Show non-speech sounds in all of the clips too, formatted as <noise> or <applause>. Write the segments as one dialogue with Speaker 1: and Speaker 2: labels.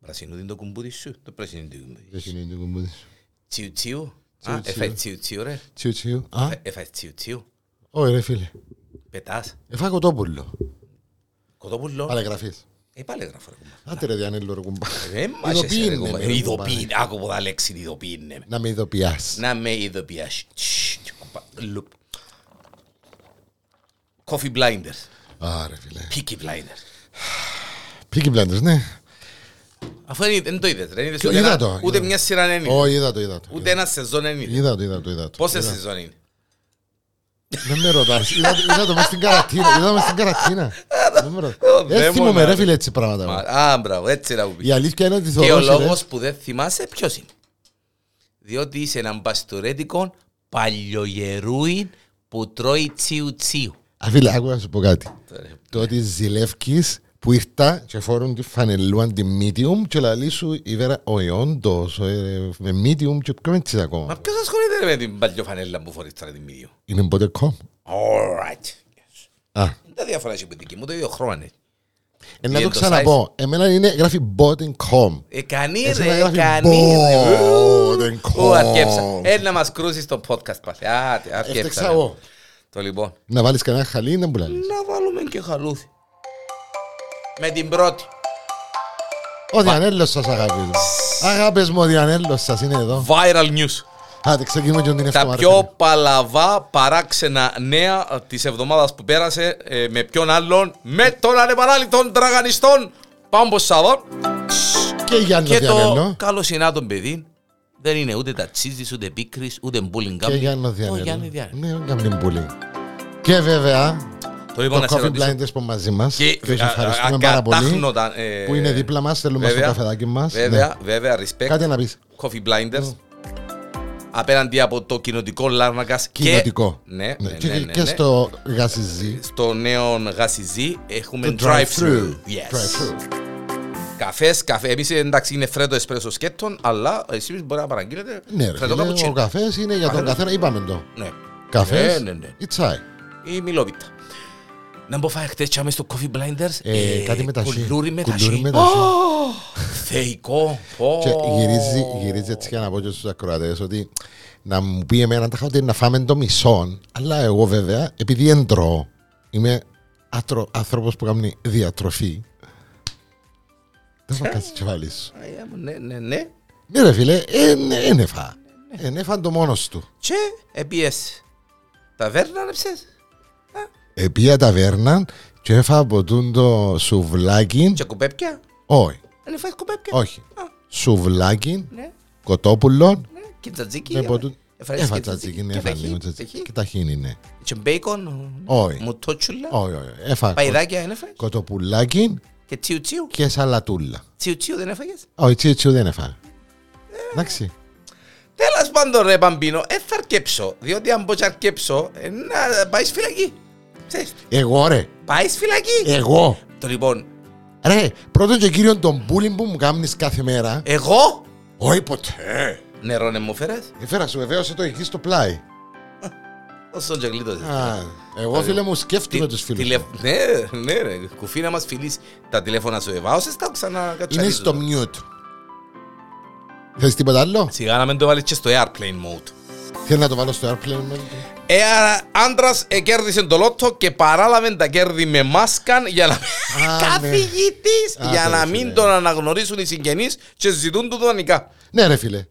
Speaker 1: Πρασινού είναι το κουμπούδι σου. Το πράσινο είναι το κουμπούδι.
Speaker 2: Πράσινο είναι το κουμπούδι σου.
Speaker 1: Τσιου τσιου.
Speaker 2: Τσιου,
Speaker 1: Α,
Speaker 2: τσιου.
Speaker 1: Έφαγες τσιου τσιου ρε.
Speaker 2: Τσιου τσιου. Α,
Speaker 1: Έφαγες τσιου τσιου.
Speaker 2: όχι ρε φίλε. Ε,
Speaker 1: Πετάς.
Speaker 2: Εφά κοτόπουλο.
Speaker 1: Κοτόπουλο.
Speaker 2: Παραγραφής.
Speaker 1: Ε, πάλι γράφω ρε κουμπά.
Speaker 2: Άντε ρε Διανέλο ρε
Speaker 1: <laughs>
Speaker 2: κουμπά.
Speaker 1: Δεν μ' άρεσε
Speaker 2: Ειδοποιήνε
Speaker 1: ρε κουμπά.
Speaker 2: με, ρε,
Speaker 1: Ειδοποιήν. Άκου από τα λέξη ειδοποιήν. ναι.
Speaker 2: Να με ειδοποιάς.
Speaker 1: Να με ειδοποιάς. Τσσ, τσ, κουμπά. Λουπ. Coffee blinders.
Speaker 2: Α ρε φίλε.
Speaker 1: Peaky blinders.
Speaker 2: Πίκι πλάντες, ναι.
Speaker 1: Αφού δεν- δεν το είδες, δεν είδες
Speaker 2: Το
Speaker 1: ούτε,
Speaker 2: είδα
Speaker 1: ένα-
Speaker 2: το,
Speaker 1: ούτε
Speaker 2: είδα.
Speaker 1: μια σειρά δεν είδες.
Speaker 2: Όχι, είδα το, είδα το.
Speaker 1: Ναι. Ούτε ένα σεζόν δεν είδες.
Speaker 2: Είδα το, είδα το, είδα το.
Speaker 1: Πόσες
Speaker 2: Είδα.
Speaker 1: σεζόν είναι.
Speaker 2: Δεν με ρωτάς. Είδα το- είδα το μες στην καρατίνα. Είδα μες στην καρατίνα. Δεν με
Speaker 1: Ω,
Speaker 2: ρωτάς.
Speaker 1: δεν
Speaker 2: Δεν θυμόμαι
Speaker 1: μπορεί να
Speaker 2: ρε φίλε έτσι πράγματα.
Speaker 1: Μα-
Speaker 2: εγώ.
Speaker 1: Α, μπράβο, έτσι να μου πεις.
Speaker 2: Η αλήθεια είναι ότι
Speaker 1: Και ο
Speaker 2: θωρώ
Speaker 1: λόγος που δεν θυμάσαι ποιος είναι. Διότι είσαι έναν παστορέτικο παλιογερούιν που τρώει τσιου τσιου.
Speaker 2: Αφίλε, άκου να σου πω κάτι.
Speaker 1: Τώρα,
Speaker 2: Το ότι ζηλεύκεις που ήρθα και φόρουν τη φανελούαν τη medium και λαλεί σου η Βέρα, όχι όντως, ε, με medium και πιο έτσι ακόμα.
Speaker 1: Μα ποιος ασχολείται ρε, με την παλιοφανέλα που φορείς τώρα την μύδιο.
Speaker 2: Είναι ποτέ κόμ.
Speaker 1: Alright. Yes.
Speaker 2: Α,
Speaker 1: Δεν τα διαφορά έχει που δική μου, το ίδιο χρώμα είναι.
Speaker 2: ε, να
Speaker 1: Είναι
Speaker 2: το
Speaker 1: το
Speaker 2: ξαναπώ. Εμένα είναι, γράφει botting.com.
Speaker 1: Ε, κανείς
Speaker 2: Έτσι να
Speaker 1: ρε,
Speaker 2: γράφει
Speaker 1: κανείς ρε.
Speaker 2: Bo- δεν
Speaker 1: Ου, αρκέψα.
Speaker 2: κόβω.
Speaker 1: Ε, να μας κρούσεις το podcast πάλι. Α, τι,
Speaker 2: Έφταξα
Speaker 1: αρκέψα. ρε.
Speaker 2: εγώ.
Speaker 1: Το λοιπόν.
Speaker 2: Να βάλεις κανένα χαλί ή να μπουλαλείς.
Speaker 1: Να βάλουμε και χαλούθι. Με την πρώτη.
Speaker 2: Ο Διανέλος σας αγάπη μου. Αγάπες μου, ο Διανέλος σας είναι εδώ.
Speaker 1: Viral news.
Speaker 2: Άντε, ξεκινούμε και την
Speaker 1: Τα
Speaker 2: εβδομάδα.
Speaker 1: πιο παλαβά παράξενα νέα της εβδομάδας που πέρασε ε, με ποιον άλλον, με τον ανεπανάληπτον τραγανιστών Πάμπο Σάβα
Speaker 2: Και Γιάννη
Speaker 1: και το
Speaker 2: Διανέλο.
Speaker 1: καλό συνάτον παιδί. Δεν είναι ούτε τατσίζης, ούτε πίκρης, ούτε μπούλινγκ.
Speaker 2: Και Γιάννη
Speaker 1: Ο Γιάννη
Speaker 2: Διανέλο.
Speaker 1: Διανέλο.
Speaker 2: Ναι, ο Γιάννη Μπούλινγκ. Και βέβαια,
Speaker 1: Το λοιπόν
Speaker 2: Το
Speaker 1: να σε
Speaker 2: Coffee
Speaker 1: ρωτήσω.
Speaker 2: Blinders που είναι μαζί μας
Speaker 1: Και
Speaker 2: Και
Speaker 1: α-
Speaker 2: σε
Speaker 1: α-
Speaker 2: ευχαριστούμε πάρα πολύ
Speaker 1: ακατάχνοτα, ε,
Speaker 2: Που είναι δίπλα μας, θέλουμε στο
Speaker 1: βέβαια,
Speaker 2: καφεδάκι μας
Speaker 1: Βέβαια, ε,
Speaker 2: Ναι.
Speaker 1: βέβαια, respect.
Speaker 2: Κάτι να πεις
Speaker 1: Coffee Blinders. Απέναντι από το κοινοτικό Λάρνακας και.
Speaker 2: Κοινοτικό
Speaker 1: Ναι,
Speaker 2: Ναι,
Speaker 1: ναι,
Speaker 2: και-
Speaker 1: ναι, ναι,
Speaker 2: Και
Speaker 1: ναι.
Speaker 2: στο Γασιζή
Speaker 1: στο νέο γασιζί έχουμε
Speaker 2: Το
Speaker 1: drive-thru. Yes.
Speaker 2: Drive-thru.
Speaker 1: Καφές, καφέ. Εμείς εντάξει είναι φρέτο εσπρέσο σκέτων, αλλά εσείς μπορεί να παραγγείλετε
Speaker 2: Ναι ρε
Speaker 1: φρέτο
Speaker 2: φίλε,
Speaker 1: καπουτσίνο.
Speaker 2: ο καφές είναι για τον
Speaker 1: Καφέ.
Speaker 2: καθένα Είπαμε το
Speaker 1: Ναι.
Speaker 2: Καφές
Speaker 1: Ναι, ναι, ναι.
Speaker 2: ή τσάι
Speaker 1: Ή μιλόβιτα. Να μπω φάει χτες τσάμες στο Coffee Blinders.
Speaker 2: Ε, κάτι με τα σι.
Speaker 1: Κουλούρι με τα
Speaker 2: Κουλούρι
Speaker 1: σι.
Speaker 2: με τα
Speaker 1: Ω,
Speaker 2: σι.
Speaker 1: Θεϊκό. Πω.
Speaker 2: Και γυρίζει, γυρίζει έτσι για να πω και στους ακροατές ότι να μου πει εμένα τα ότι να φάμε το μισό, αλλά εγώ βέβαια, επειδή δεν τρώω, είμαι άτρο, άνθρωπος που κάνει διατροφή. Δεν θα κάτσεις και βάλεις.
Speaker 1: Ε, Ναι, ναι, ναι.
Speaker 2: Ναι ρε φίλε, εν- εν έφα. Εν έφα το μόνος του.
Speaker 1: Και επίεσαι. Ταβέρνα ανέψες.
Speaker 2: Επία ταβέρνα και έφα από τούν το σουβλάκι.
Speaker 1: Και κουπέπια.
Speaker 2: Όχι,
Speaker 1: Δεν φάει κουπέπια.
Speaker 2: όχι. Σουβλάκι,
Speaker 1: Ναι,
Speaker 2: κοτόπουλο.
Speaker 1: ναι. Και τζατζίκι.
Speaker 2: με ποτούν-
Speaker 1: Έφαγες
Speaker 2: Έφα
Speaker 1: και
Speaker 2: τσατζίκι, ναι,
Speaker 1: και
Speaker 2: έφα
Speaker 1: ταχύ,
Speaker 2: λίγο τσατζίκι.
Speaker 1: ταχύ.
Speaker 2: Και ταχύνι, ναι.
Speaker 1: Και μπέικον,
Speaker 2: Όχι.
Speaker 1: μουτότσουλα,
Speaker 2: Όχι, όχι, έφα
Speaker 1: παϊδάκια δεν έφαγες
Speaker 2: κοτοπουλάκι
Speaker 1: και τσιου τσιου,
Speaker 2: και σαλατούλα.
Speaker 1: τσιου τσιου δεν έφαγες.
Speaker 2: Όχι, έτσι έτσι δεν έφαγα. Εντάξει.
Speaker 1: Τέλος πάντων ρε Παμπίνο, ε, θα αρκέψω, διότι αν πω και αρκέψω, ε, να πάεις φυλακή. Ξέρεις,
Speaker 2: Εγώ ρε.
Speaker 1: πάεις
Speaker 2: Ε-
Speaker 1: φυλακή.
Speaker 2: Εγώ.
Speaker 1: Το λοιπόν,
Speaker 2: Ρε, πρώτον και κύριον τον bullying που μου κάνεις κάθε μέρα.
Speaker 1: εγώ
Speaker 2: Όχι ποτέ.
Speaker 1: νερό δεν μου φέρες,
Speaker 2: Έφερα σου βεβαίω το εκεί στο πλάι.
Speaker 1: όσο και γλίτωσες.
Speaker 2: Α, εγώ φίλε μου σκέφτομαι
Speaker 1: Τι-
Speaker 2: τους φίλους.
Speaker 1: τηλε-
Speaker 2: μου.
Speaker 1: Ναι, ναι ρε, κουφί να μας φιλείς τα τηλέφωνα σου ευάωσες, τα
Speaker 2: Είναι
Speaker 1: ξανακατσαρίζω.
Speaker 2: στο mute. Θες τίποτα άλλο?
Speaker 1: Σιγά να μην το βάλεις και στο airplane mode.
Speaker 2: Θέλω να το βάλω στο airplane. mode.
Speaker 1: Ε, άντρα κέρδισε το λότο και παράλαβε τα κέρδη με μάσκαν για <laughs> να.
Speaker 2: Α,
Speaker 1: Καθηγητής!
Speaker 2: ναι.
Speaker 1: Για
Speaker 2: Α,
Speaker 1: να
Speaker 2: ναι,
Speaker 1: μην
Speaker 2: ναι.
Speaker 1: τον αναγνωρίσουν οι συγγενείς και ζητούν του δανεικά.
Speaker 2: Ναι ρε φίλε.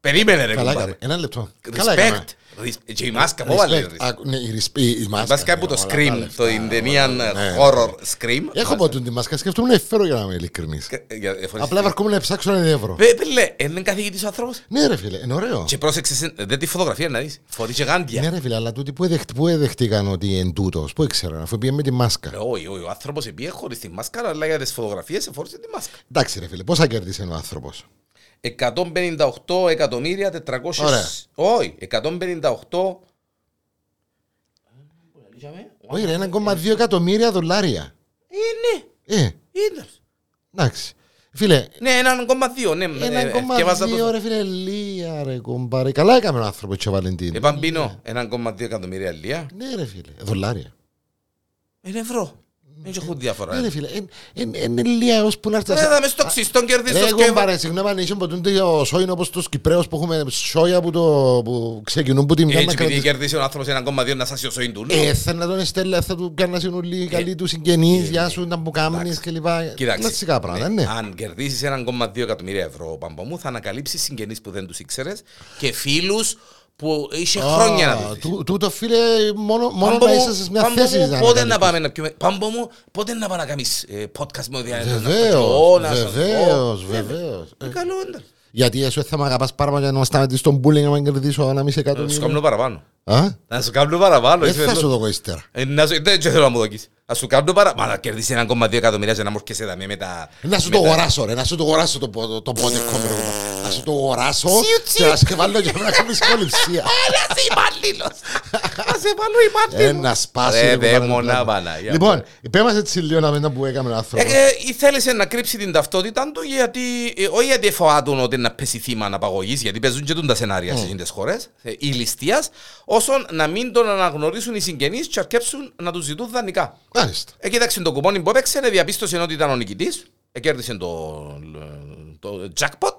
Speaker 1: Περίμενε, ρε
Speaker 2: Καλά
Speaker 1: κουμπάρε.
Speaker 2: έκαμε. Ένα λεπτό. Καλά έκαμε.
Speaker 1: Respect. Ρι- Και η μάσκα, πώ βάλε.
Speaker 2: Respect. Α, ναι, η ρις- η- η μάσκα.
Speaker 1: Βασικά που
Speaker 2: ναι,
Speaker 1: το
Speaker 2: όλα τα
Speaker 1: Scream,
Speaker 2: λεφτά,
Speaker 1: το Indian
Speaker 2: όλα, ναι, ναι.
Speaker 1: horror Scream.
Speaker 2: Έχω ποτούν τη μάσκα, σκέφτομαι να φέρω για να είμαι ειλικρινής.
Speaker 1: Ε, για- ε, φορείς-
Speaker 2: Απλά βαρκούμε να ψάξω έναν ευρώ.
Speaker 1: Πε- Πέλε, ε, είναι καθηγητής ο άνθρωπος.
Speaker 2: Ναι, ρε φίλε, είναι ωραίο.
Speaker 1: Και πρόσεξες, ε, δεν τη φωτογραφία να δεις. Φορεί
Speaker 2: Ναι,
Speaker 1: γάντια.
Speaker 2: ρε φίλε, αλλά τούτοι που εδεχ- που εδεχτήκαν ότι εν τούτος, που ήξεραν, αφού πήγαινε με τη μάσκα.
Speaker 1: Ε, Όχι, όχι, ο άνθρωπος επίε χωρίς τη μάσκα, αλλά για τις φωτογραφίες εφόρησε τη μάσκα.
Speaker 2: Εντάξει, ρε φίλε, πόσα κέρδισε ο άνθρωπος.
Speaker 1: 158 εκατομμύρια 400...
Speaker 2: Ωραία.
Speaker 1: Όχι, 158...
Speaker 2: Όχι, ρε, 1,2 εκατομμύρια δολάρια.
Speaker 1: Ε, ναι,
Speaker 2: Ε,
Speaker 1: είναι.
Speaker 2: εντάξει. Φίλε,
Speaker 1: Ναι, 1,2, ναι. ε, ε, διαβάζα το-
Speaker 2: 1,2 ρε φίλε, λία ρε κομπάρε. Καλά έκαμε ο άνθρωπος και ο
Speaker 1: Ε,
Speaker 2: Βαλεντίν.
Speaker 1: Παμπίνο, 1,2 εκατομμύρια λία.
Speaker 2: Ναι ρε φίλε, δολάρια.
Speaker 1: Είναι ευρώ. Δεν έχω διαφορά.
Speaker 2: Ναι, ρε φίλε, είναι λίγος που να έρθεις.
Speaker 1: Ναι, μες στο ξυστό κερδίζω
Speaker 2: Ρε, Ε, Εγώ πάρε, συγγνώμη αν είσαι ποτούν το σόιν όπως τους Κυπρέους που έχουμε σόια που, το, που ξεκινούν που την
Speaker 1: Ε, Έτσι,
Speaker 2: κάνουν να
Speaker 1: επειδή
Speaker 2: κρατήσουν.
Speaker 1: κερδίσει ο άνθρωπος 1,2 να σάσει ο σοήν του.
Speaker 2: Ε, θέλω να τον εστέλα, θα του κάνουν
Speaker 1: Ε,
Speaker 2: όλοι καλοί τους συγγενείς, γεια σου, να μου κάνεις και λοιπά.
Speaker 1: Κοιτάξτε,
Speaker 2: Κλασικά πράγματα,
Speaker 1: ε, ναι,
Speaker 2: ναι.
Speaker 1: Αν κερδίσεις 1,2 εκατομμύρια ευρώ ο Παμπαμού, θα ανακαλύψεις συγγενείς που δεν τους ήξερες και φίλους που είχε χρόνια να
Speaker 2: Α,
Speaker 1: του δεις.
Speaker 2: του- Τούτο φίλε, μόνο, μόνο
Speaker 1: Πάμπο
Speaker 2: να
Speaker 1: μου,
Speaker 2: είσαι σε μια
Speaker 1: Πάμπο
Speaker 2: θέση.
Speaker 1: μου,
Speaker 2: να
Speaker 1: Πότε
Speaker 2: κάνεις.
Speaker 1: να πάμε να πιούμε. Πάμπο μου, πότε να πάμε να κάνεις ε, podcast με ο Διάννης.
Speaker 2: Βεβαίως, βεβαίως, βεβαίως. Ε,
Speaker 1: Καλό ήταν.
Speaker 2: Γιατί εσύ θα με αγαπάς πάρα πολύ για να μας σταματήσεις τον bullying να με κερδίσω ένα μισή
Speaker 1: Να σου
Speaker 2: εκατομμύριο.
Speaker 1: κάνω παραπάνω.
Speaker 2: Α,
Speaker 1: Να σου κάνω παραπάνω.
Speaker 2: Δεν
Speaker 1: είσαι
Speaker 2: θα
Speaker 1: εδώ.
Speaker 2: σου δω ύστερα.
Speaker 1: Ε, να σου- Δεν και θέλω να μου δοκείς. Να σου κάνω παραπάνω. Μα να κερδίσεις 1,2 εκατομμύρια και να μου έρχεσαι δαμέ με τα...
Speaker 2: Να σου το αγοράσω ρε, να σου το αγοράσω το πο- το πότε κόμμερο. Να σου το αγοράσω και να σε βάλω για να κάνεις κολυψία.
Speaker 1: Ένας
Speaker 2: <laughs>
Speaker 1: υπάλληλος. Να σε βάλω υπάλληλο.
Speaker 2: Ένα σπάσι.
Speaker 1: Ρε, δε
Speaker 2: ρε, κουβάρε,
Speaker 1: μονά,
Speaker 2: κουβάρε.
Speaker 1: βάλα, για
Speaker 2: Λοιπόν, πέμας έτσι λίγο να μετά που έκαμε ο
Speaker 1: Ε,
Speaker 2: άνθρωπος.
Speaker 1: ε, ή θέλησε να κρύψει την ταυτότητα του γιατί, ε, όχι γιατί φοβάτουν ότι να πέσει θύμα αναπαγωγής γιατί παίζουν και τούν τα σενάρια σε στις χώρες ε, ή ληστείας όσον να μην τον αναγνωρίσουν οι συγγενείς και αρκέψουν να τους ζητούν δανεικά.
Speaker 2: Μάλιστα.
Speaker 1: Ε, κοίταξε το κουπόνι που έπαιξε, ε, διαπίστωσε ότι ήταν ο νικητής, ε, κέρδισε το, ε, το jackpot.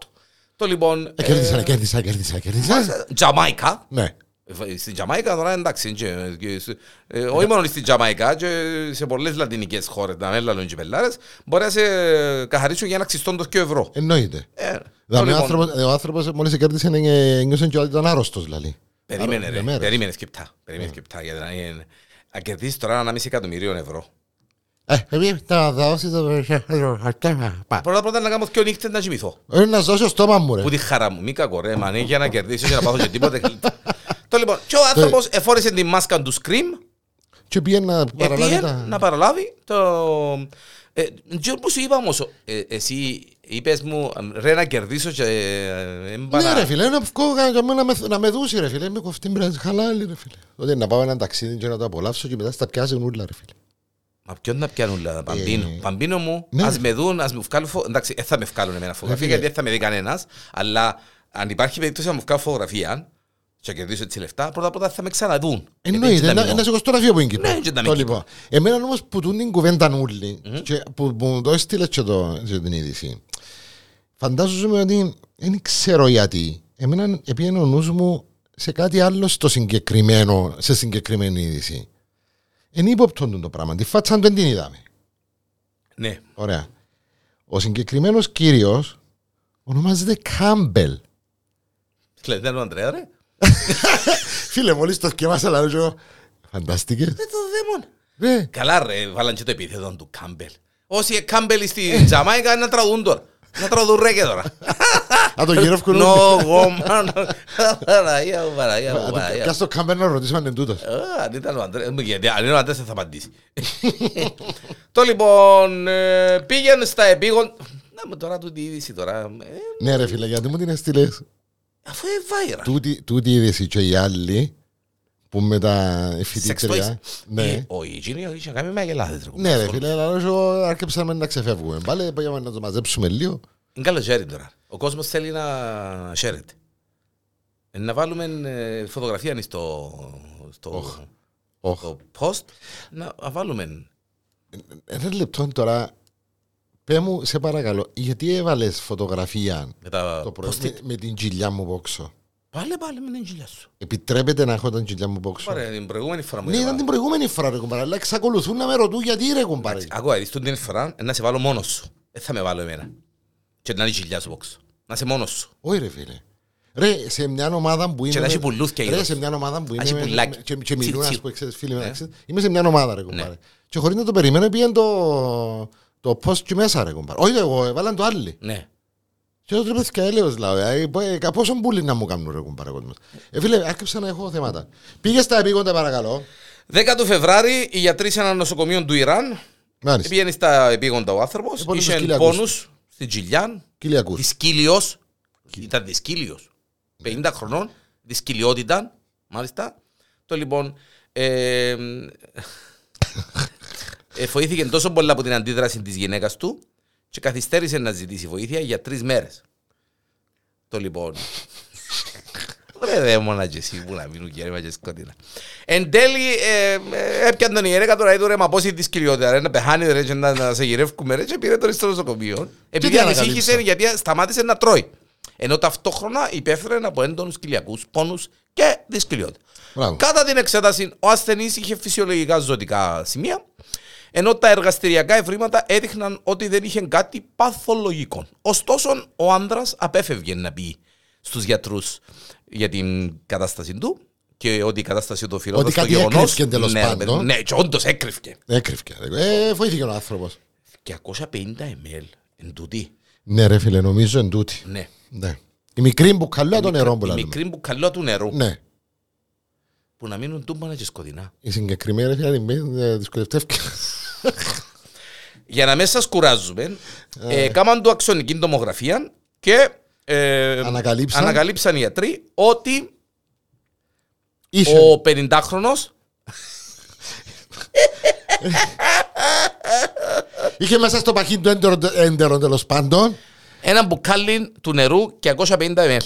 Speaker 1: Το λοιπόν... ε,
Speaker 2: Ε, Κέρδισα, κέρδισα, κέρδισα, κέρδισα.
Speaker 1: Τζαμάικα,
Speaker 2: Ναι.
Speaker 1: ε, Στην Τζαμαϊκά τώρα εντάξει, και- και σ- ε, όχι μόνο στην Τζαμαϊκά, και σε πολλές λατινικές χώρες, να μην λαλούν και πελάρες, μπορεί να σε καθαρίσουν για ένα ξυστόν το 2 ευρώ.
Speaker 2: Εννοείται.
Speaker 1: Ε, το
Speaker 2: Δηλαδή, ο
Speaker 1: λοιπόν,
Speaker 2: άνθρωπος- Ο άνθρωπος μόλις σε κέρδισε ε, νιώσε και ότι ήταν άρρωστος δηλαδή.
Speaker 1: Περίμενε
Speaker 2: Άρα,
Speaker 1: ρε,
Speaker 2: μέρες.
Speaker 1: περίμενε σκεπτά, περίμενε σκεπτά, γιατί να είναι- να κερδίσεις τώρα ένα μισή εκατομμυρίο ευρώ.
Speaker 2: Ε, εμείς θα δώσεις το...
Speaker 1: Πρώτα πρώτα να κάνω δυο νύχτες να κοιμηθώ.
Speaker 2: Ε, Να σώσω στόμα μου ρε.
Speaker 1: Που τη χαρά μου, μη κακό ρε, μανέ, για να κερδίσω και να πάθω και τίποτε. Το λοιπόν, και ο άνθρωπος εφόρεσε τη μάσκα του Scream,
Speaker 2: Και πήγαινε να παραλάβει
Speaker 1: Επήγε
Speaker 2: τα...
Speaker 1: να παραλάβει το... Ε, και όπως σου είπα όμως, ε, εσύ είπες μου ρε να κερδίσω και... ε, ε, μπανα-
Speaker 2: Ναι ρε φίλε, να βγω για μένα με- να με δούσει ρε φίλε, με κοφτεί μπράζει χαλάλι ρε φίλε. Τότε να πάω έναν ταξίδι και να το απολαύσω και μετά στα πιάζουν ούλα ρε φίλε.
Speaker 1: Μα ποιον να πιάνουν λα, παμπίνο.
Speaker 2: Ε,
Speaker 1: Παμπίνο μου,
Speaker 2: ναι.
Speaker 1: ας με δουν, ας μου βγάλουν φω... Εντάξει, δεν θα με βγάλουν εμένα φωτογραφία
Speaker 2: φίλε.
Speaker 1: γιατί δεν θα με δει κανένας, αλλά αν υπάρχει περίπτωση να μου βγάλω φωτογραφία και κερδίσω έτσι λεφτά, πρώτα απ' όλα θα με ξαναδούν.
Speaker 2: Ε, Εννοείται, ένα ένας εγώ στο ραφείο που είναι Κύπρο.
Speaker 1: Ναι, και τα
Speaker 2: Το
Speaker 1: μην
Speaker 2: λοιπόν. Εμένα όμως που τούν την κουβέντα νουλή, και που, που μου το έστειλες και, το, και την είδηση, φαντάζομαι ότι δεν ξέρω γιατί. Εμένα επήγαινε ο νους μου σε κάτι άλλο στο συγκεκριμένο, σε συγκεκριμένη είδηση. Είναι ύποπτον το πράγμα, τη φάτσα δεν την είδαμε.
Speaker 1: Ναι,
Speaker 2: Ωραία. Ο συγκεκριμένος κύριος ονομάζεται Κάμπελ.
Speaker 1: κλαίνε τον Αντρέα ρε.
Speaker 2: Φίλε, μόλις το σκεφάσα, λέω εγώ. Φαντάστηκες.
Speaker 1: Δεν το δαίμον.
Speaker 2: Ναι.
Speaker 1: Καλά ρε, βάλαν και το επίθετο του Κάμπελ. Όσοι οι Κάμπελοι στη Τζαμάικα να τραγουδούν τώρα. Να τραγουδούν ρέγγε τώρα.
Speaker 2: Α, το γύρω ευκολούν.
Speaker 1: Νο, γόμα, νο. <laughs> Παραγία μου, παραγία μου, παραγία μου.
Speaker 2: Κάτσε το Κάμπελ να ρωτήσω αν είναι τούτος.
Speaker 1: Α, Αν ήταν ο Αντρέας, μη, γιατί αν είναι ο Αντρέας δεν θα απαντήσει. <laughs> Το λοιπόν, ε, πήγαινε στα επίγον... Να με τώρα τούτη είδηση τώρα. ε,
Speaker 2: Ναι, ρε φίλε, γιατί μου την έστειλες.
Speaker 1: Αφού είναι βάιρα.
Speaker 2: Τούτη τούτη είδηση και οι άλλοι που με τα φοιτήτρια. Ναι.
Speaker 1: Ο Ιτζίνιο είχε κάνει με αγελάδες. ρε,
Speaker 2: Ναι, ρε
Speaker 1: κουμπάρ.
Speaker 2: φίλε, αλλά εγώ αρκέψαμε να ξεφεύγουμε. Πάλι πήγαμε να το μαζέψουμε λίγο.
Speaker 1: Είναι καλό χέρι τώρα. Ο κόσμος θέλει να χαίρεται. Ε, Να βάλουμε ε, φωτογραφία είναι στο, στο,
Speaker 2: Οχ.
Speaker 1: στο post. Να να βάλουμε.
Speaker 2: Ένα λεπτό λοιπόν, τώρα. Πε μου, σε παρακαλώ, γιατί έβαλες φωτογραφία
Speaker 1: Με τα
Speaker 2: το πρωί
Speaker 1: post.
Speaker 2: με, με την κοιλιά μου πόξο.
Speaker 1: Πάλι πάλι με την κοιλιά σου.
Speaker 2: Επιτρέπεται να έχω την κοιλιά μου πόξο.
Speaker 1: Πάρε την προηγούμενη φορά μου.
Speaker 2: Ναι, ήταν την προηγούμενη φορά, ρε κουμπάρα, αλλά εξακολουθούν να με ρωτούν γιατί ρε κουμπάρα.
Speaker 1: Ακούω, αριστούν την φορά ε, να σε βάλω μόνος σου. Δεν θα με βάλω εμένα. Και να είναι η κοιλιά σου πόξω. Να είσαι μόνος σου.
Speaker 2: Όχι ρε φίλε. Ρε, σε μια ομάδα που είναι...
Speaker 1: να
Speaker 2: με-
Speaker 1: έχει πουλούθκια
Speaker 2: Ρε,
Speaker 1: γύρω
Speaker 2: σε μια ομάδα που
Speaker 1: έχει
Speaker 2: είναι... με-
Speaker 1: πουλάκι.
Speaker 2: με- Και, και
Speaker 1: Τσιρ,
Speaker 2: μιλούν,
Speaker 1: τσιρ.
Speaker 2: ας πούμε, ξέρεις, φίλοι μεταξύ.
Speaker 1: Ναι.
Speaker 2: τους. Είμαι σε μια ομάδα, ρε κουμπάρα. Και χωρίς να το περιμένω, πήγαινε το... Το post και μέσα, ρε κουμπάρα. Όχι εγώ, έβαλαν το άλλοι.
Speaker 1: Ναι.
Speaker 2: Και το τρέπεθ και έλεος, λαό. ε, πο- ε, Πόσο μπουλί να μου κάνουν, ρε κουμπάρα, κόσμος. Ε, φίλε, άρχισα να έχω θέματα. Πήγες στα επίγοντα, παρακαλώ.
Speaker 1: 10 του Φεβράρι, οι γιατροί σε ένα νοσοκομείο του Ιράν.
Speaker 2: Μάλιστα.
Speaker 1: Πήγαινε στα επίγοντα ο άνθρωπος. Είχε
Speaker 2: Ε, πόνους στους Κυλιακούς.
Speaker 1: πόνους στην κοιλιά.
Speaker 2: Κυλιακούς.
Speaker 1: Δυσκύλιος. Ήταν δυσκύλιος. 50 χρονών. Δυσκυλιότητα. Μάλιστα. Το λοιπόν. Ε, ε, φοήθηκε τόσο πολλά από την αντίδραση της γυναίκας του και καθυστέρησε να ζητήσει βοήθεια για τρεις μέρες. Το λοιπόν. Ρε δε μόνα και εσύ που να μείνουν και έρευνα και σκοτεινά. Εν τέλει ε, ε, έπιαν τον ιερέκα τώρα είδω ρε μα πόση δυσκολιότητα ρε να πεθάνει ρε και να, να σε γυρεύκουμε ρε και πήρε τον στο νοσοκομείο. Επειδή
Speaker 3: τι ανακαλύψα?
Speaker 1: ανησύχησε γιατί σταμάτησε να τρώει. Ενώ ταυτόχρονα υπέφερε από έντονους κοιλιακούς πόνους και δυσκολιότητα.
Speaker 2: Μπράβο.
Speaker 1: Κατά την εξέταση ο ασθενής είχε φυσιολογικά ζωτικά σημεία ενώ τα εργαστηριακά ευρήματα έδειχναν ότι δεν είχε κάτι παθολογικό. Ωστόσο, ο άντρα απέφευγε να πει στους γιατρούς για την κατάσταση του και ότι η κατάσταση του οφειλόταν
Speaker 2: Ότι
Speaker 1: στο
Speaker 2: κάτι
Speaker 1: γεγονός.
Speaker 2: έκρυφκε τέλος πάντων.
Speaker 1: Ναι, και όντως έκρυφκε.
Speaker 2: Έκρυφκε. Ε, βοήθηκε ο άνθρωπος.
Speaker 1: 250 ml εν τούτη.
Speaker 2: Ναι, ρε φίλε, νομίζω εν τούτη.
Speaker 1: Ναι.
Speaker 2: Ναι. Η μικρή μπουκαλιά των νερών που
Speaker 1: Η
Speaker 2: λέμε.
Speaker 1: μικρή μπουκαλιά του νερού
Speaker 2: Ναι.
Speaker 1: που να μείνουν τούμπανα και σκοτεινά.
Speaker 2: Η συγκεκριμένη ρε φίλε μη- ε, δυσκολευτεύτηκε.
Speaker 1: Για να μην σας κουράζουμε, ε, κάμαν του αξιονική τομογραφία και ε,
Speaker 2: Ανακαλύψαν.
Speaker 1: ανακαλύψαν οι γιατροί ότι
Speaker 2: Είχε.
Speaker 1: Ο 50χρονο
Speaker 2: Είχε μέσα στο παχύ του έντερο, έντερο τέλος πάντων.
Speaker 1: ένα μπουκάλι του νερού και 250
Speaker 2: <laughs>
Speaker 1: ml.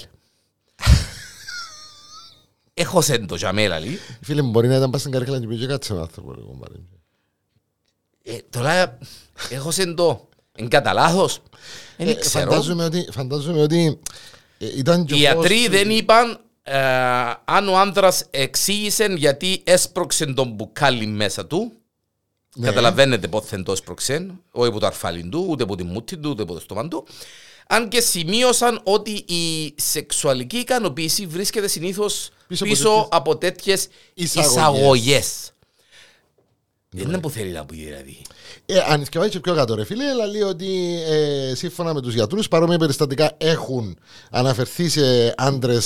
Speaker 1: Έχω σέντο για μέλα, λέει.
Speaker 2: Φίλε μου, μπορεί να ήταν πας στην καρέκλα και πήγε κάτσε ένα άνθρωπο. ρε κομπάρε.
Speaker 1: Ε, τώρα έχω σέντο. Εν κατά λάθος.
Speaker 2: Ε,
Speaker 1: Δεν ξέρω.
Speaker 2: Φαντάζομαι ότι, φαντάζομαι ότι ε, ήταν και ο
Speaker 1: Οι
Speaker 2: φως
Speaker 1: ιατροί
Speaker 2: του-
Speaker 1: δεν είπαν ε, αν ο άντρα εξήγησε γιατί έσπρωξε τον μπουκάλι μέσα του.
Speaker 2: Ναι.
Speaker 1: Καταλαβαίνετε πότε το έσπρωξε, όχι από το αρφάλι του, ούτε από τη μούτη του, ούτε από το στόμα του. Αν και σημείωσαν ότι η σεξουαλική ικανοποίηση βρίσκεται συνήθως
Speaker 2: Πίσω
Speaker 1: πίσω,
Speaker 2: από τέτοιες
Speaker 1: από τέτοιες
Speaker 2: εισαγωγές. Ναι.
Speaker 1: εισαγωγές. Δεν είναι που θέλει να πει δηλαδή.
Speaker 2: Ε, αν σκεφτεί και πιο κάτω, ρε φίλε, αλλά λέει ότι ε, σύμφωνα με τους γιατρούς, παρόμοια περιστατικά έχουν αναφερθεί σε άντρες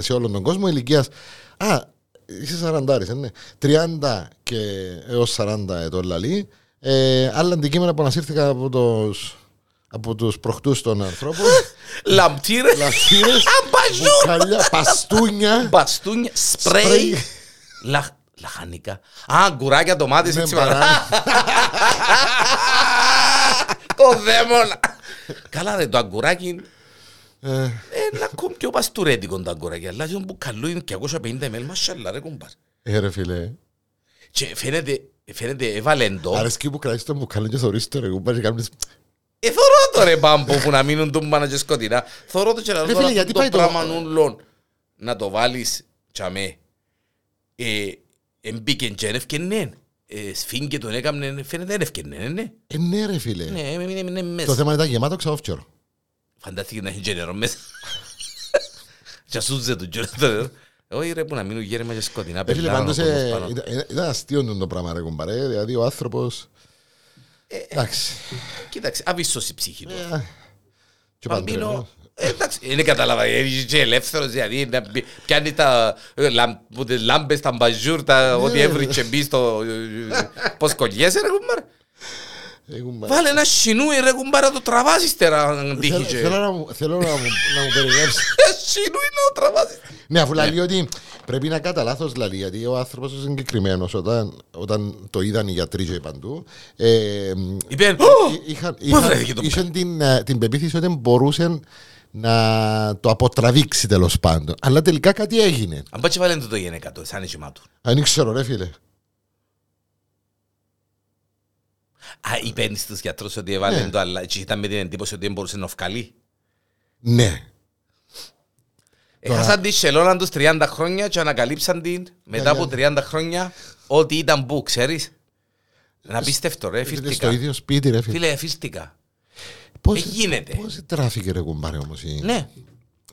Speaker 2: σε όλον τον κόσμο ηλικίας. Α, είσαι 40, ε, ναι. 30 και έως 40 ετών λαλή. Ε, άλλα αντικείμενα που ανασύρθηκα από τους από τους προχτούς των ανθρώπων,
Speaker 1: Λαμπτήρες,
Speaker 2: λαφύρες,
Speaker 1: Αμπαζού!
Speaker 2: μπουκαλιά, παστούνια,
Speaker 1: μπαστούνια,
Speaker 2: σπρέι,
Speaker 1: σπρέι, λα- λαχανικά. Α, γκουράκια, ντομάτες,
Speaker 2: με
Speaker 1: έτσι. <laughs>
Speaker 2: μπανάνα.
Speaker 1: Ο δαίμονα. Καλά ρε, το αγκουράκι
Speaker 2: Ε,
Speaker 1: Ένα ακόμη πιο παστούρετικο το αγκουράκι, αλλά και που καλό είναι 250 ml, μασσαλά ρε κουμπάρ.
Speaker 2: Ε, ρε φίλε,
Speaker 1: Και φαίνεται, φαίνεται εβαλέντο.
Speaker 2: αρέσκει που κρατήσεις το μπουκάλι και θωρείς το ρε κουμπάρι και κάνεις
Speaker 1: Ε, θωρώ το ρε μπάμπο που να μείνουν του μπάνα και σκοτεινά. Θωρώ το και να
Speaker 2: Ρε
Speaker 1: δω
Speaker 2: φίλε,
Speaker 1: αυτό
Speaker 2: γιατί πάει
Speaker 1: το
Speaker 2: το-
Speaker 1: πράγμα νουλόν. Να το βάλεις, τσαμέ. Ε, Εμπήκε και δεν ευκαινέν. Ε, Σφίγγε τον έκαμνε, φαίνεται δεν ευκαινέν, ναι.
Speaker 2: Ε, ναι ρε φίλε.
Speaker 1: Ναι, έμεινε έμεινε
Speaker 2: Το
Speaker 1: μέσα.
Speaker 2: θέμα ήταν γεμάτο ξαόφτσορο.
Speaker 1: Φαντάστηκε να έχει και νερό μέσα. <laughs> Και ασούζε τον και το νερό. Όχι ρε που να μείνουν γέρμα και σκοτεινά.
Speaker 2: Ε, φίλε,
Speaker 1: περνάνε ο
Speaker 2: πάντως,
Speaker 1: κόσμος
Speaker 2: ε,
Speaker 1: πάνω.
Speaker 2: ήταν- ε, ήταν αστείο τούτο το πράγμα, ρε κουμπάρε. Δηλαδή, ο άνθρωπος...
Speaker 1: Ε,
Speaker 2: Εντάξει.
Speaker 1: Κοίταξε, αβύσσος η ψυχή του.
Speaker 2: Ε, Και
Speaker 1: Παμπίνο,
Speaker 2: παντρεύω.
Speaker 1: ε, εντάξει, είναι καταλαβα, είναι και ελεύθερος, δηλαδή να μπει- πιάνει τα ε, λαμ- που τις λάμπες, τα μπαζούρ, τα
Speaker 2: Ναι,
Speaker 1: ό,τι έβριξε μπει στο... ε, ε, Πώς κολλιέσαι ρε κουμπάρα.
Speaker 2: Ε, κουμπάρε.
Speaker 1: Βάλε ένα σινούι ρε κουμπάρα, το τραβάς ύστερα αν τύχει
Speaker 2: Θέλω-
Speaker 1: και.
Speaker 2: Θέλω να μου- θέλω να μου να μου περιγράψεις.
Speaker 1: Ένα σινούι να το τραβάς.
Speaker 2: Ναι, αφού λέει ότι πρέπει να κατά λάθος δηλαδή, γιατί ο άνθρωπος ο συγκεκριμένος, όταν, όταν το είδαν οι γιατροί και παντού, ε,
Speaker 1: Είπε, «Ω,
Speaker 2: εί- είχαν,
Speaker 1: Πού βρέθηκε το
Speaker 2: είχαν, είχαν την, ε, την πεποίθηση ότι μπορούσε να το αποτραβήξει τέλος πάντων. Αλλά τελικά κάτι έγινε.
Speaker 1: Αν πάει και βάλε το το γενέκα του, σαν έτοιμα του.
Speaker 2: Αν ήξερα, ρε φίλε.
Speaker 1: Α, είπεν στους γιατρούς ότι έβαλε
Speaker 2: Ναι.
Speaker 1: το, αλλά και ήταν με την εντύπωση ότι δεν μπορούσε να βγάλει. Ε,
Speaker 2: Ναι. Τώρα-
Speaker 1: Έχασαν τη σελώνα τους 30 χρόνια και ανακαλύψαν την
Speaker 2: Ναι,
Speaker 1: μετά από 30 χρόνια ότι ήταν που, ξέρεις. Να πίστευτο ρε,
Speaker 2: Ήταν στο
Speaker 1: εφίστηκα.
Speaker 2: ίδιο σπίτι, ρε φίλε.
Speaker 1: Φίλε, εφίστηκα.
Speaker 2: Πώς,
Speaker 1: ε, γίνεται.
Speaker 2: Πώς τράφηκε, ρε κουμπάρε όμως. Η...
Speaker 1: Ναι.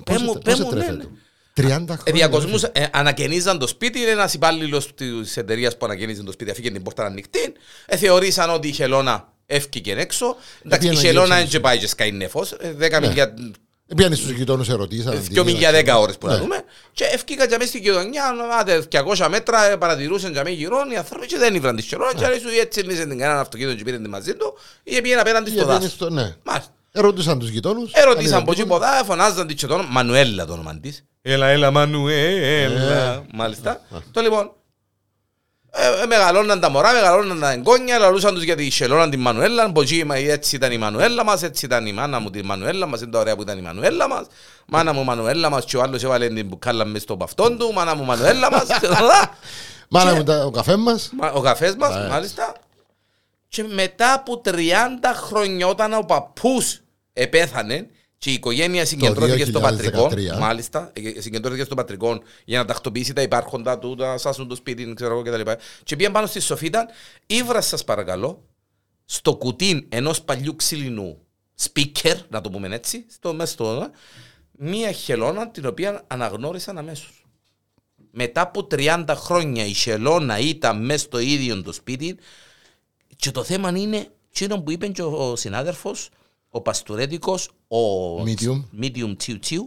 Speaker 1: Πέ
Speaker 2: Πώς,
Speaker 1: μου,
Speaker 2: πώς
Speaker 1: πέ μου, ναι,
Speaker 2: έτρεφε
Speaker 1: ναι.
Speaker 2: το? 30
Speaker 1: Ε,
Speaker 2: χρόνια.
Speaker 1: Διακοσμούς, ε, ανακαινίζαν το σπίτι, είναι ένας υπάλληλος της εταιρείας που ανακαινίζει το σπίτι, αφήκε την πόρτα ανοιχτή, ε, θεωρήσαν ότι η χελώνα έφυγε
Speaker 2: Ε,
Speaker 1: έξω, εντάξει η
Speaker 2: πήγαινε
Speaker 1: χελώνα
Speaker 2: γύρω
Speaker 1: δεν και πάει και σκάει νεφός, ε, δέκα
Speaker 2: Ναι.
Speaker 1: μιλιά,
Speaker 2: Πήγανε στου γειτόνου, ερωτήσαν.
Speaker 1: Ε, δυο μιλιά δέκα ώρες που να
Speaker 2: Ναι.
Speaker 1: δούμε, και έφυγαν και μέσα στην κοινωνία, άντε 200 μέτρα, ε, παρατηρούσαν και μέσα γυρών, οι άνθρωποι και δεν ήβραν τη χελώνα,
Speaker 2: Ναι.
Speaker 1: και αρέσουν έτσι λύσαν την κανένα αυτοκίνητο και πήραν τη μαζί του, ή πήγαινε απέναντι στο
Speaker 2: Πήγαινε
Speaker 1: δάσος.
Speaker 2: στο- Ναι.
Speaker 1: Μάλιστα.
Speaker 2: Ερώτησαν τους γειτόνους.
Speaker 1: Ερωτήσαν από εκεί ποδά, φωνάζαν τη και το όνομα. Μανουέλα το όνομα της. Έλα, έλα, Μανουέλα. Μάλιστα. Το λοιπόν, Ε, ε, μεγαλώναν τα μωρά, μεγαλώναν τα εγγόνια, λαλούσαν τους για τη σελώνα την Μανουέλλα, μποτζή, μα, έτσι ήταν η Μανουέλλα μας, έτσι ήταν η μάνα μου τη Μανουέλλα μας, είναι τα ωραία που ήταν η Μανουέλλα μας, μάνα μου Μανουέλλα μας και ο άλλος έβαλε την μπουκάλα μες στο παυτόν του, μάνα μου Μανουέλλα μας, και τα- Ναι.
Speaker 2: Μάνα μου, τα- ο καφές μας.
Speaker 1: Μα- ο καφές μας,
Speaker 2: Ναι.
Speaker 1: μάλιστα. Και μετά από 30 χρόνια όταν ο παππούς επέθανε και η οικογένεια συγκεντρώθηκε στο
Speaker 2: 2013.
Speaker 1: πατρικό, μάλιστα, ε, συγκεντρώθηκε στο πατρικό για να τακτοποιήσει τα υπάρχοντα του, να σάσουν το σπίτι, ξέρω εγώ κτλ. Και πήγαν πάνω στη σοφίτα, ήβρα σας παρακαλώ, στο κουτί ενός παλιού ξυλινού speaker, να το πούμε έτσι, στο μέσα στο, ε, μία χελώνα την οποία αναγνώρισαν αμέσως μετά από 30 χρόνια η Σελώνα ήταν μέσα στο ίδιο το σπίτι και το θέμα είναι εκείνο που είπε και ο συνάδελφος, ο Παστουρέτικος, ο
Speaker 2: Medium.
Speaker 1: medium Tiu Tiu,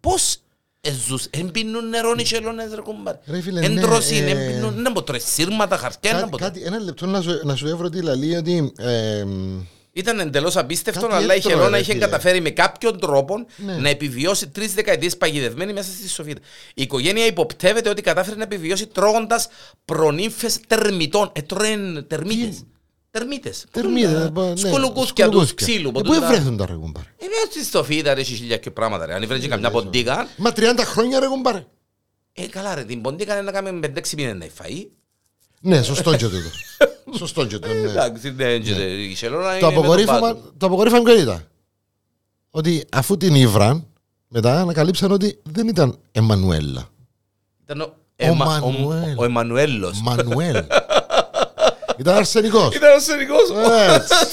Speaker 1: πώς εζούς, εν πίνουν νερό οι Σελώνες ρε κουμπάρ.
Speaker 2: Ρε φίλε,
Speaker 1: Εν
Speaker 2: ναι,
Speaker 1: τρωσίν, εν
Speaker 2: ε,
Speaker 1: πίνουν, να ποτρέ σύρματα, χαρτιά, να
Speaker 2: Κάτι,
Speaker 1: ποτρέ.
Speaker 2: κάτι- ένα λεπτό να σου, να σου έβρω τι λαλεί ότι. ε, μ,
Speaker 1: Ήταν εντελώς απίστευτο,
Speaker 2: Κάτι
Speaker 1: αλλά η
Speaker 2: έτρωε,
Speaker 1: Χελώνα
Speaker 2: ρε
Speaker 1: είχε
Speaker 2: φίλε.
Speaker 1: καταφέρει με κάποιον τρόπο
Speaker 2: Ναι.
Speaker 1: να επιβιώσει τρεις δεκαετίες παγιδευμένη μέσα στη Σοβιετ. Η οικογένεια υποπτεύεται ότι κατάφερε να επιβιώσει τρώγοντας προνύμφες τερμητών. Ε, Ετρώεν τερμίτε. Τερμίτε.
Speaker 2: Τερμίδε. να πω, ναι,
Speaker 1: Σκολουκούσκια του
Speaker 2: σκουλουκούσκια.
Speaker 1: ξύλου.
Speaker 2: Ε,
Speaker 1: που
Speaker 2: Πού
Speaker 1: τούτα-
Speaker 2: ευρέθουν τα ρε κουμπάρε.
Speaker 1: Ε, ναι, Στη Σοφίδα ρε έχει χιλιά και πράγματα ρε. Αν βρέθηκε καμιά
Speaker 2: λες,
Speaker 1: ποντίκα.
Speaker 2: Μα 30 χρόνια ρε κουμπάρε.
Speaker 1: Ε, καλά ρε, την ποντίκα είναι να κάνουμε 5-6 μήνες να φαεί.
Speaker 2: Ναι, σωστό και τούτο.
Speaker 1: <laughs>
Speaker 2: Σωστό και τούτο. ναι.
Speaker 1: Εντάξει, δεν είναι η Χελώνα είναι
Speaker 2: Το
Speaker 1: με τον πάτο.
Speaker 2: απογορύφωμα, το απογορύφωμα ποιο ήταν. Ότι αφού την ήβραν, μετά ανακαλύψαν ότι δεν ήταν Εμμανουέλα.
Speaker 1: Ήταν ο- Εμα- ο-
Speaker 2: Μανουέλ.
Speaker 1: Ο Εμμανουέλος. <laughs>
Speaker 2: Μανουέλ. ήταν αρσενικός.
Speaker 1: Ήταν αρσενικός.
Speaker 2: Έτσι.